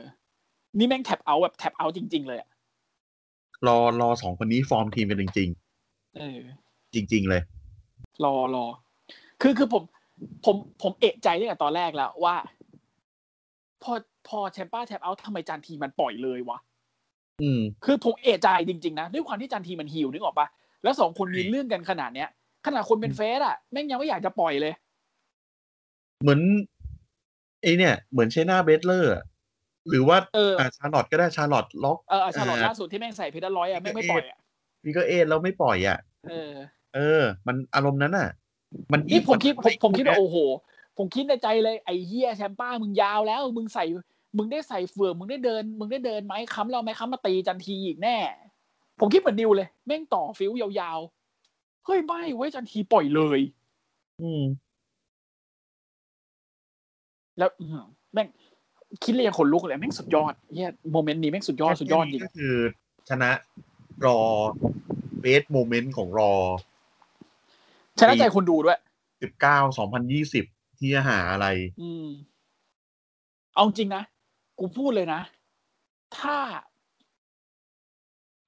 [SPEAKER 3] นี่แม่งแท็บเอาท์แบบแท็บเอาท์จริง ๆ เลยอะ
[SPEAKER 2] รอรอสองคนนี้ฟอร์มทีมกันจริง
[SPEAKER 3] เออ
[SPEAKER 2] ๆ จริง ๆ เลย
[SPEAKER 3] รอรอ คือคือผมผมผมเอะใจตั้งแต่ตอนแรกแล้วว่า พอพอแชมป้าแท็บเอาท์ทำไมจานทีมันปล่อยเลยวะ
[SPEAKER 2] อืม
[SPEAKER 3] คือผมเอะใจจริง ๆ นะ ด้วยความที่จันทีมันหิวนึกออกปะแล้วสองคนมีเรื่องกันขนาดเนี้ย ขนาดคนเป็นเฟสอะแม่งยังไม่อยากจะปล่อยเลย
[SPEAKER 2] เหมือนไอเนี่ย เหมือนเชน่าเบสเลอร์อะหรือว่า
[SPEAKER 3] เออ
[SPEAKER 2] อ่าชาร์ลอตก็ได้ชาร์ลอตล็อก
[SPEAKER 3] เออชาลอตล่าสุดที่แม่งใส่เพดานร้อยอะแม่งไม่ปล่อยอะ
[SPEAKER 2] วิกเกอร์เอทแล้วไม่ปล่อยอ่ะ
[SPEAKER 3] เออ
[SPEAKER 2] เออ มันอารมณ์นั้นอ่ะ มัน
[SPEAKER 3] นี่ผมคิดผม
[SPEAKER 2] น
[SPEAKER 3] ผมคิดว่าโอ้โห ผมคิดในใจเลยไอ้เฮียแชมป้ามึงยาวแล้ว มึงใส่ มึงได้ใส่เฟืองมึงได้เดิน มึงได้เดินไหมค้ำเราไหมค้ำมาตีจันทีอีกแน่ ผมคิดเหมือนนิวเลย แม่งต่อฟิวส์ยาวๆ เฮ้ยไม่เว้ยจันทีปล่อยเลย
[SPEAKER 2] อืม
[SPEAKER 3] แล้วอื้อหือแม่งคิดเลยยังขนลุกเลยแม่งสุดยอดเฮียโมเมนต์นี้แม่งสุดยอดสุดยอดจริง
[SPEAKER 2] ก็คือชนะรอเบสโมเมนต์ของรอ
[SPEAKER 3] ชนะใจคนดูด้วย
[SPEAKER 2] 19 2020 ที่จะหาอะไร
[SPEAKER 3] อืม เอาจริงนะ กูพูดเลยนะ ถ้า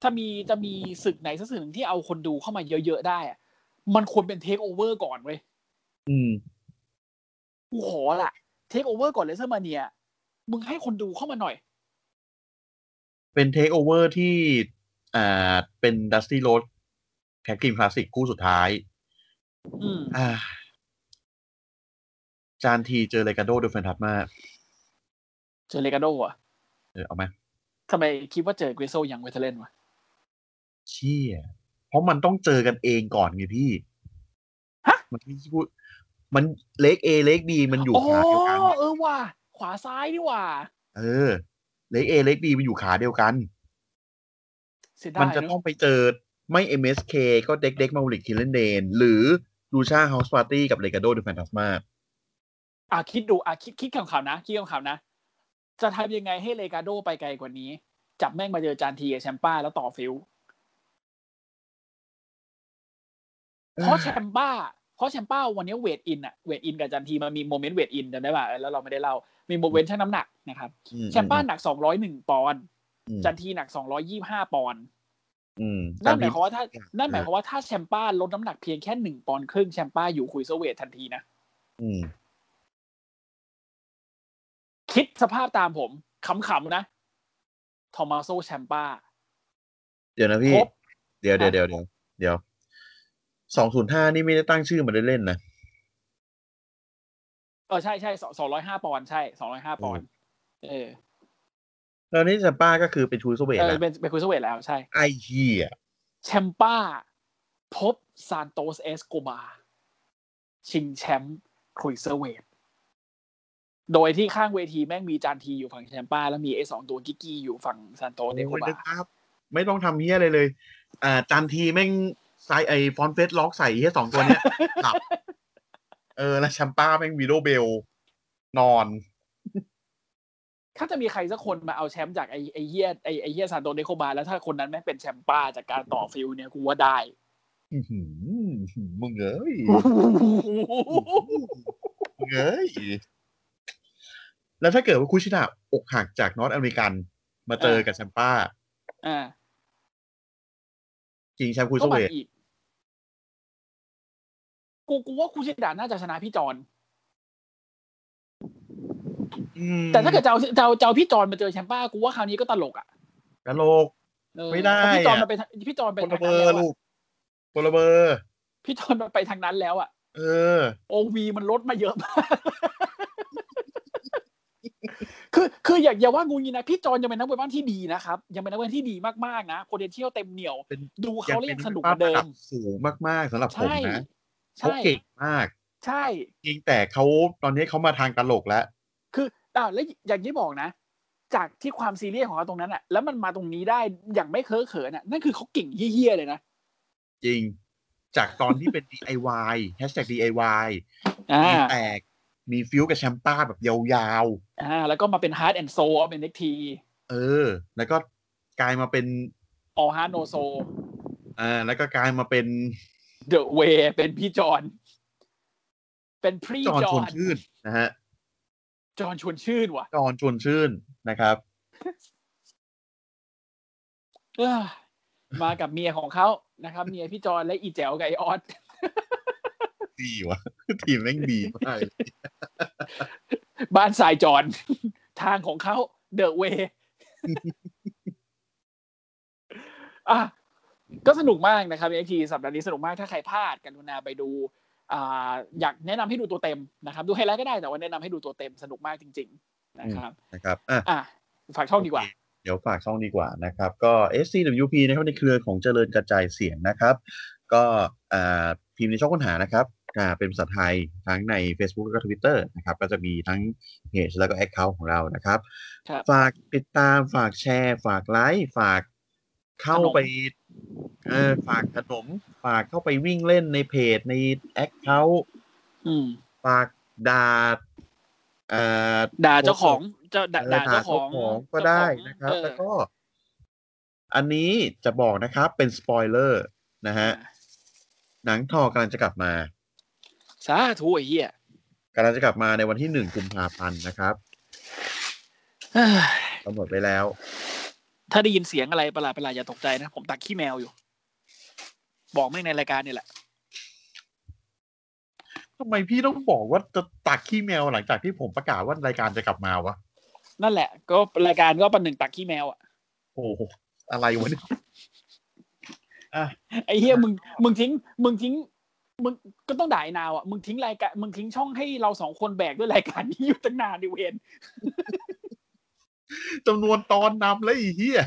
[SPEAKER 3] ถ้ามีจะมีศึกไหนสักศึกหนึ่งที่เอาคนดูเข้ามาเยอะ ๆ ได้อะมันควรเป็นเทคโอเวอร์ก่อนเว้ย
[SPEAKER 2] อืม
[SPEAKER 3] กูขอละเทคโอเวอร์ก่อนเลเซอร์มาเนียมึงให้คนดูเข้ามาหน่อย
[SPEAKER 2] เป็นเทคโอเวอร์ที่อ่าเป็นดัสตี้โรดแท็กทีมคลาสสิกคู่สุดท้าย
[SPEAKER 3] อืม
[SPEAKER 2] อ่า จานทีเจอเลกาโดดูแฟนทับมาก
[SPEAKER 3] เจอเลกาโดอ่ะ
[SPEAKER 2] เออเอาไหม
[SPEAKER 3] ทำไมคิดว่าเจอกริโซยังเวทเลนวะ
[SPEAKER 2] เชี่ยเพราะมันต้องเจอกันเองก่อนไงพี่
[SPEAKER 3] ฮะ
[SPEAKER 2] มันไม่พูดมันเล็กเอเล็กบีมันอยู่
[SPEAKER 3] โอ้
[SPEAKER 2] ขาเดียวกัน
[SPEAKER 3] เออว่ะขวาซ้ายนี่ว่ะ
[SPEAKER 2] เออ เล็กเอเล็กบีมันอยู่ขาเดียวกัน
[SPEAKER 3] เสียดาย
[SPEAKER 2] มันจะ
[SPEAKER 3] เน
[SPEAKER 2] ต้อ
[SPEAKER 3] อะ
[SPEAKER 2] งไปเจอไม่ MSK ก็เด็กเด็กมาบริกคิลเลนเดน หรือลูชาเฮาส์ปาร์ตี้กับเลกาโดดูแฟนทัสมา
[SPEAKER 3] อ่ะคิดดูอ่ะคิดคิดคำข่าวๆนะ คิดคำข่าวๆนะ จะทำยังไงให้เลกาโดไปไกลกว่านี้ จับแม่งมาเจอจานทีกับแชมป้าแล้วต่อฟิลเพราะแชมป้า เพราะแชมป้าวันนี้เวทอินอะเวทอินกับจันทีมันมีโมเมนต์เวทอินจำได้ป่ะเออแล้วเราไม่ได้เล่ามีโมเมนต์ชั่งน้ำหนักนะครับ แชมป้าหนักสองร้อยหนึ่งปอนด์
[SPEAKER 2] อืม
[SPEAKER 3] จันทีหนักสองร้อยี่ห้าปอนด์
[SPEAKER 2] อืม
[SPEAKER 3] นั่นหมายความว่าถ้า
[SPEAKER 2] จที
[SPEAKER 3] นั่นหมายความว่าถ้าแชมป้าลดน้ำหนักเพียงแค่หนึ่งปอนด์ครึ่งแชมป้าอยู่คุยเซเวททันทีนะ
[SPEAKER 2] อืม
[SPEAKER 3] คิดสภาพตามผมขำๆนะ ทอมาโซแชมป้า
[SPEAKER 2] เดี๋ยวนะพี่
[SPEAKER 3] ครบ
[SPEAKER 2] เดี๋ยวเดี๋ยวเดี๋ยวเดี๋ยวเดี๋ยวสองศูนย์ห้านี่ไม่ได้ตั้งชื่อมาเล่นๆนะ
[SPEAKER 3] เออ ใช่ใช่สองร้อยห้าปอนด์ใช่สองร้อยห้าปอนด์เออ
[SPEAKER 2] แล้วนี่แชมป้าก็คือเป็นชูสเวต
[SPEAKER 3] เออ
[SPEAKER 2] แล้ว
[SPEAKER 3] เป็นเป็นคุยเซเวทแล้วใช่
[SPEAKER 2] ไอเฮีย
[SPEAKER 3] แชมป้า พบซานโตสเอสโกบาชิงแชมป์คุยเซเวทโดยที่ข้างเวทีแม่งมีจานทีอยู่ฝั่งแชมป้า แล้วมีไอ้สองตัวกิกกี้อยู่ฝั่งซานโตสเอสโก
[SPEAKER 2] โอ้ย
[SPEAKER 3] บา
[SPEAKER 2] นึกภาพไม่ต้องทำเฮียอะไรเลย อ่าจันทีแม่งใส่ไอฟอนเฟสล็อกใส่เฮียสองตัวเนี้ย หลับ เออ แล้วแชมป้าแม่งวีโดเบล นอน
[SPEAKER 3] ถ้าจะมีใครสักคนมาเอาแชมป์จากไอ้ไอ้เฮียไอ้ไอ้เฮียซานโตเดโคบาแล้วถ้าคนนั้นไม่งเป็นแชมป์ป้าจากการต่อฟิลเนี่ยกูว่าได้
[SPEAKER 2] อื้อหือมึงเอ้ย มึงเอ้ย แล้วถ้าเกิดว่าคุชิดะอกหักจากนอตอเมริกัน มาเจอกับแชมป้า
[SPEAKER 3] อ่า
[SPEAKER 2] จริงแชมป์คุย
[SPEAKER 3] ก็
[SPEAKER 2] สเว
[SPEAKER 3] มา
[SPEAKER 2] ต
[SPEAKER 3] อีก กูกูว่าคูชิดาน่าจะชนะพี่จอน
[SPEAKER 2] อืม
[SPEAKER 3] แต่ถ้าเกิดจะเอาจะเอาจะเอาพี่จอนมาเจอแชมป์ป้ากูว่าคราวนี้ก็ตลกอ่ะ
[SPEAKER 2] กะโหลก
[SPEAKER 3] เออ
[SPEAKER 2] ไม่ได้
[SPEAKER 3] เพราะพี่จอน
[SPEAKER 2] อะ
[SPEAKER 3] มันไปทางพี่จอนไป
[SPEAKER 2] คน
[SPEAKER 3] ทา
[SPEAKER 2] ละ
[SPEAKER 3] ง
[SPEAKER 2] เบอ
[SPEAKER 3] นั้
[SPEAKER 2] น
[SPEAKER 3] แล้ว
[SPEAKER 2] ร์ลู
[SPEAKER 3] อะ
[SPEAKER 2] กคนละเบอร์
[SPEAKER 3] พี่จอนมันไปทางนั้นแล้วอ่ะ
[SPEAKER 2] เออ
[SPEAKER 3] โอวีมันลดมาเยอะ มากคือคืออย่าอย่าว่างูงี้นะพี่จอนยังเป็นนักมวยบ้านที่ดีนะครับยังเป็นนักมวยที่ดีมากๆนะ potential เต็มเหนียว
[SPEAKER 2] เป็น
[SPEAKER 3] ดูเขาแล้วยังสนุกเหมือน
[SPEAKER 2] ป็
[SPEAKER 3] เดิ
[SPEAKER 2] ภาพระ
[SPEAKER 3] ม
[SPEAKER 2] บสูงมาก ๆสำหรับผม
[SPEAKER 3] ใช่
[SPEAKER 2] นะเขา
[SPEAKER 3] ใช่
[SPEAKER 2] เก่งมาก
[SPEAKER 3] ใช่
[SPEAKER 2] จริงแต่เขาตอนนี้เขามาทางตลกแล้ว
[SPEAKER 3] คืออ่าแล้วอย่างที่บอกนะ จากที่ความซีเรียสของเขาตรงนั้นอ่ะ แล้วมันมาตรงนี้ได้อย่างไม่เคอะเขินอ่ะ นั่นคือเขาเก่งเฮี้ยๆเลยนะ
[SPEAKER 2] จริง จากตอนที่เป็น DIY hashtag DIY
[SPEAKER 3] อ่า
[SPEAKER 2] มีแตกมีฟิวส์กับแชมป้าแบบยาวๆ
[SPEAKER 3] อ่า แล้วก็มาเป็น Hard and Soul เอาเป็นเน็กที
[SPEAKER 2] เออ แล้วก็กลายมาเป็น
[SPEAKER 3] ออฮาร์โนโซ
[SPEAKER 2] อ่า แล้วก็กลายมาเป็น
[SPEAKER 3] เดอะเวเป็นพี่จอน เป็นพรี
[SPEAKER 2] จอน
[SPEAKER 3] จอ
[SPEAKER 2] ชวน
[SPEAKER 3] น
[SPEAKER 2] ชื่นนะฮะ
[SPEAKER 3] จอนชวนชื่นว่ะ
[SPEAKER 2] จอนชวนชื่นนะครับ
[SPEAKER 3] เอ้อมากับเมียของเขานะครับ เมียพี่จอนและอีแจ๋วกับไอออส
[SPEAKER 2] ดีวะ ทีมแม่งดีมากเลย
[SPEAKER 3] บ้านทร ายจอน ทางของเขาเดอะเว อ่ะก็สนุกมากนะครับเอ็ทีสัปดาห์นี้สนุกมากถ้าใครพลาดกรุณาไปดูอ่าอยากแนะนำให้ดูตัวเต็มนะครับ ดูไฮไลท์ก็ได้แต่ว่าแนะนำให้ดูตัวเต็มสนุกมากจริง ๆ นะครับ
[SPEAKER 2] นะครับ อ่ะ
[SPEAKER 3] อ่ะฝากช่องดีกว่า
[SPEAKER 2] เดี๋ยวฝากช่องดีกว่านะครับ ก็ SCWP นะครับในเครือของเจริญกระจายเสียงนะครับ ก็อ่าพิมพ์ในช่องค้นหานะครับอ่าเป็นภาษาไทยทั้งใน Facebook แล้วก็ Twitter นะครับ ก็จะมีทั้งเพจแล้วก็ Account ของเรานะครับ
[SPEAKER 3] ครับ
[SPEAKER 2] ฝากติดตามฝากแชร์ ฝากไลค์ฝากเข้าไป เออฝากขนม ฝากเข้าไปวิ่งเล่นในเพจในแอคเคาท์
[SPEAKER 3] อืม
[SPEAKER 2] ฝากด่าเอ่อ
[SPEAKER 3] ด่าเจ้าของเจ้าด่า
[SPEAKER 2] เออ
[SPEAKER 3] ด่าเจ้าของ
[SPEAKER 2] ก็ได้นะครับ
[SPEAKER 3] เจ้าของ
[SPEAKER 2] แล้วก็ อันนี้จะบอกนะครับเป็นสปอยเลอร์นะฮะ หนังทอกำลังจะกลับมา
[SPEAKER 3] สาธุไอ้เหี้ย
[SPEAKER 2] กำลังจะกลับมาในวันที่หนึ่งกุมภาพันธ์นะครับ
[SPEAKER 3] เอ้ย
[SPEAKER 2] กำหนดไว้แล้ว
[SPEAKER 3] ถ้าได้ยินเสียงอะไรประหลาดประหลาดอย่าตกใจนะ ผมตักขี้แมวอยู่ บอกแม่งในรายการเนี่ยแหละ
[SPEAKER 2] ทำไมพี่ต้องบอกว่าจะตักขี้แมวหลังจากที่ผมประกาศว่ารายการจะกลับมาวะ
[SPEAKER 3] นั่นแหละ ก็รายการก็เป็นหนึ่งตักขี้แมวอ่ะ
[SPEAKER 2] โอ้โหอะไรวะเนี่ยอ่ะ
[SPEAKER 3] ไอ้เหี้ยมึงมึงทิ้ง มึงทิ้ง มึงก็ต้องด่าไอ้นาวอ่ะมึงทิ้งรายการมึงทิ้งช่องให้เราสองคนแบกด้วยรายการนี้อยู่ตั้งนานดิเวน
[SPEAKER 2] จำนวนตอนนำแล้วอีเหี้ย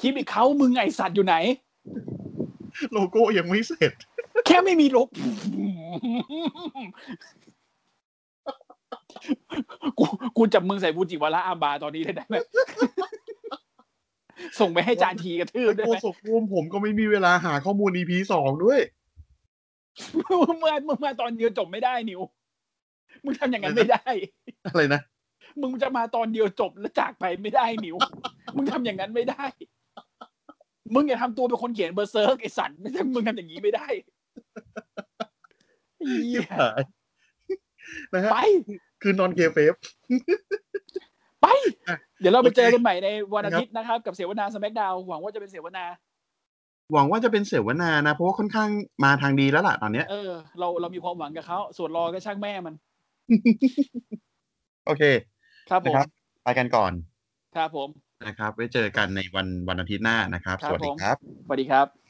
[SPEAKER 3] คิดอีกเขามึงไอสัตว์อยู่ไหน
[SPEAKER 2] โลโก้ยังไม่เสร็จ
[SPEAKER 3] แค่ไม่มีลบ กูกูจับมึงใส่บูจิวาระอาบาตอนนี้เลยได้ไหม ส่งไปให้จานทีกระทืบได้
[SPEAKER 2] โก
[SPEAKER 3] ไหม
[SPEAKER 2] ศกร่วมผมก็ไม่มีเวลาหาข้อมูล EP สองด้วย
[SPEAKER 3] มึงมามึงมาตอนเดียวจบไม่ได้นิว มึงทำอย่างนั้นไม่ได้
[SPEAKER 2] อะไรนะ
[SPEAKER 3] มึงจะมาตอนเดียวจบแล้วจากไปไม่ได้นิว มึงทำอย่างนั้นไม่ได้ มึงอย่าทำตัวเป็นคนเขียนเบอร์เซิร์กไอสันไม่ใช่มึงทำอย่างนี้ไม่ได้เหี้ย
[SPEAKER 2] นะฮะ
[SPEAKER 3] ไป
[SPEAKER 2] คือนอนเคเฟฟ
[SPEAKER 3] ไป
[SPEAKER 2] อ่ะ
[SPEAKER 3] เดี๋ยวเราไป
[SPEAKER 2] โอเค
[SPEAKER 3] เจอกันใหม่ในวันอาทิตย์นะครับ กับเสวนาสมักดาวหวังว่าจะเป็นเสวนา
[SPEAKER 2] หวังว่าจะเป็นเสวนานะ เพราะว่าค่อนข้างมาทางดีแล้วล่ะตอนเนี้ย
[SPEAKER 3] เออ เราเรามีความหวังกับเขาส่วนรอก็ช่างแม่มัน
[SPEAKER 2] โอเค
[SPEAKER 3] ครับผม
[SPEAKER 2] นะครับ ไปกันก่อน
[SPEAKER 3] ครับผม
[SPEAKER 2] นะครับ ไว้เจอกันในวันวันอาทิตย์หน้านะครับ
[SPEAKER 3] ครับ
[SPEAKER 2] สวัสดี
[SPEAKER 3] ผม
[SPEAKER 2] ครับ
[SPEAKER 3] สวัสดีครับ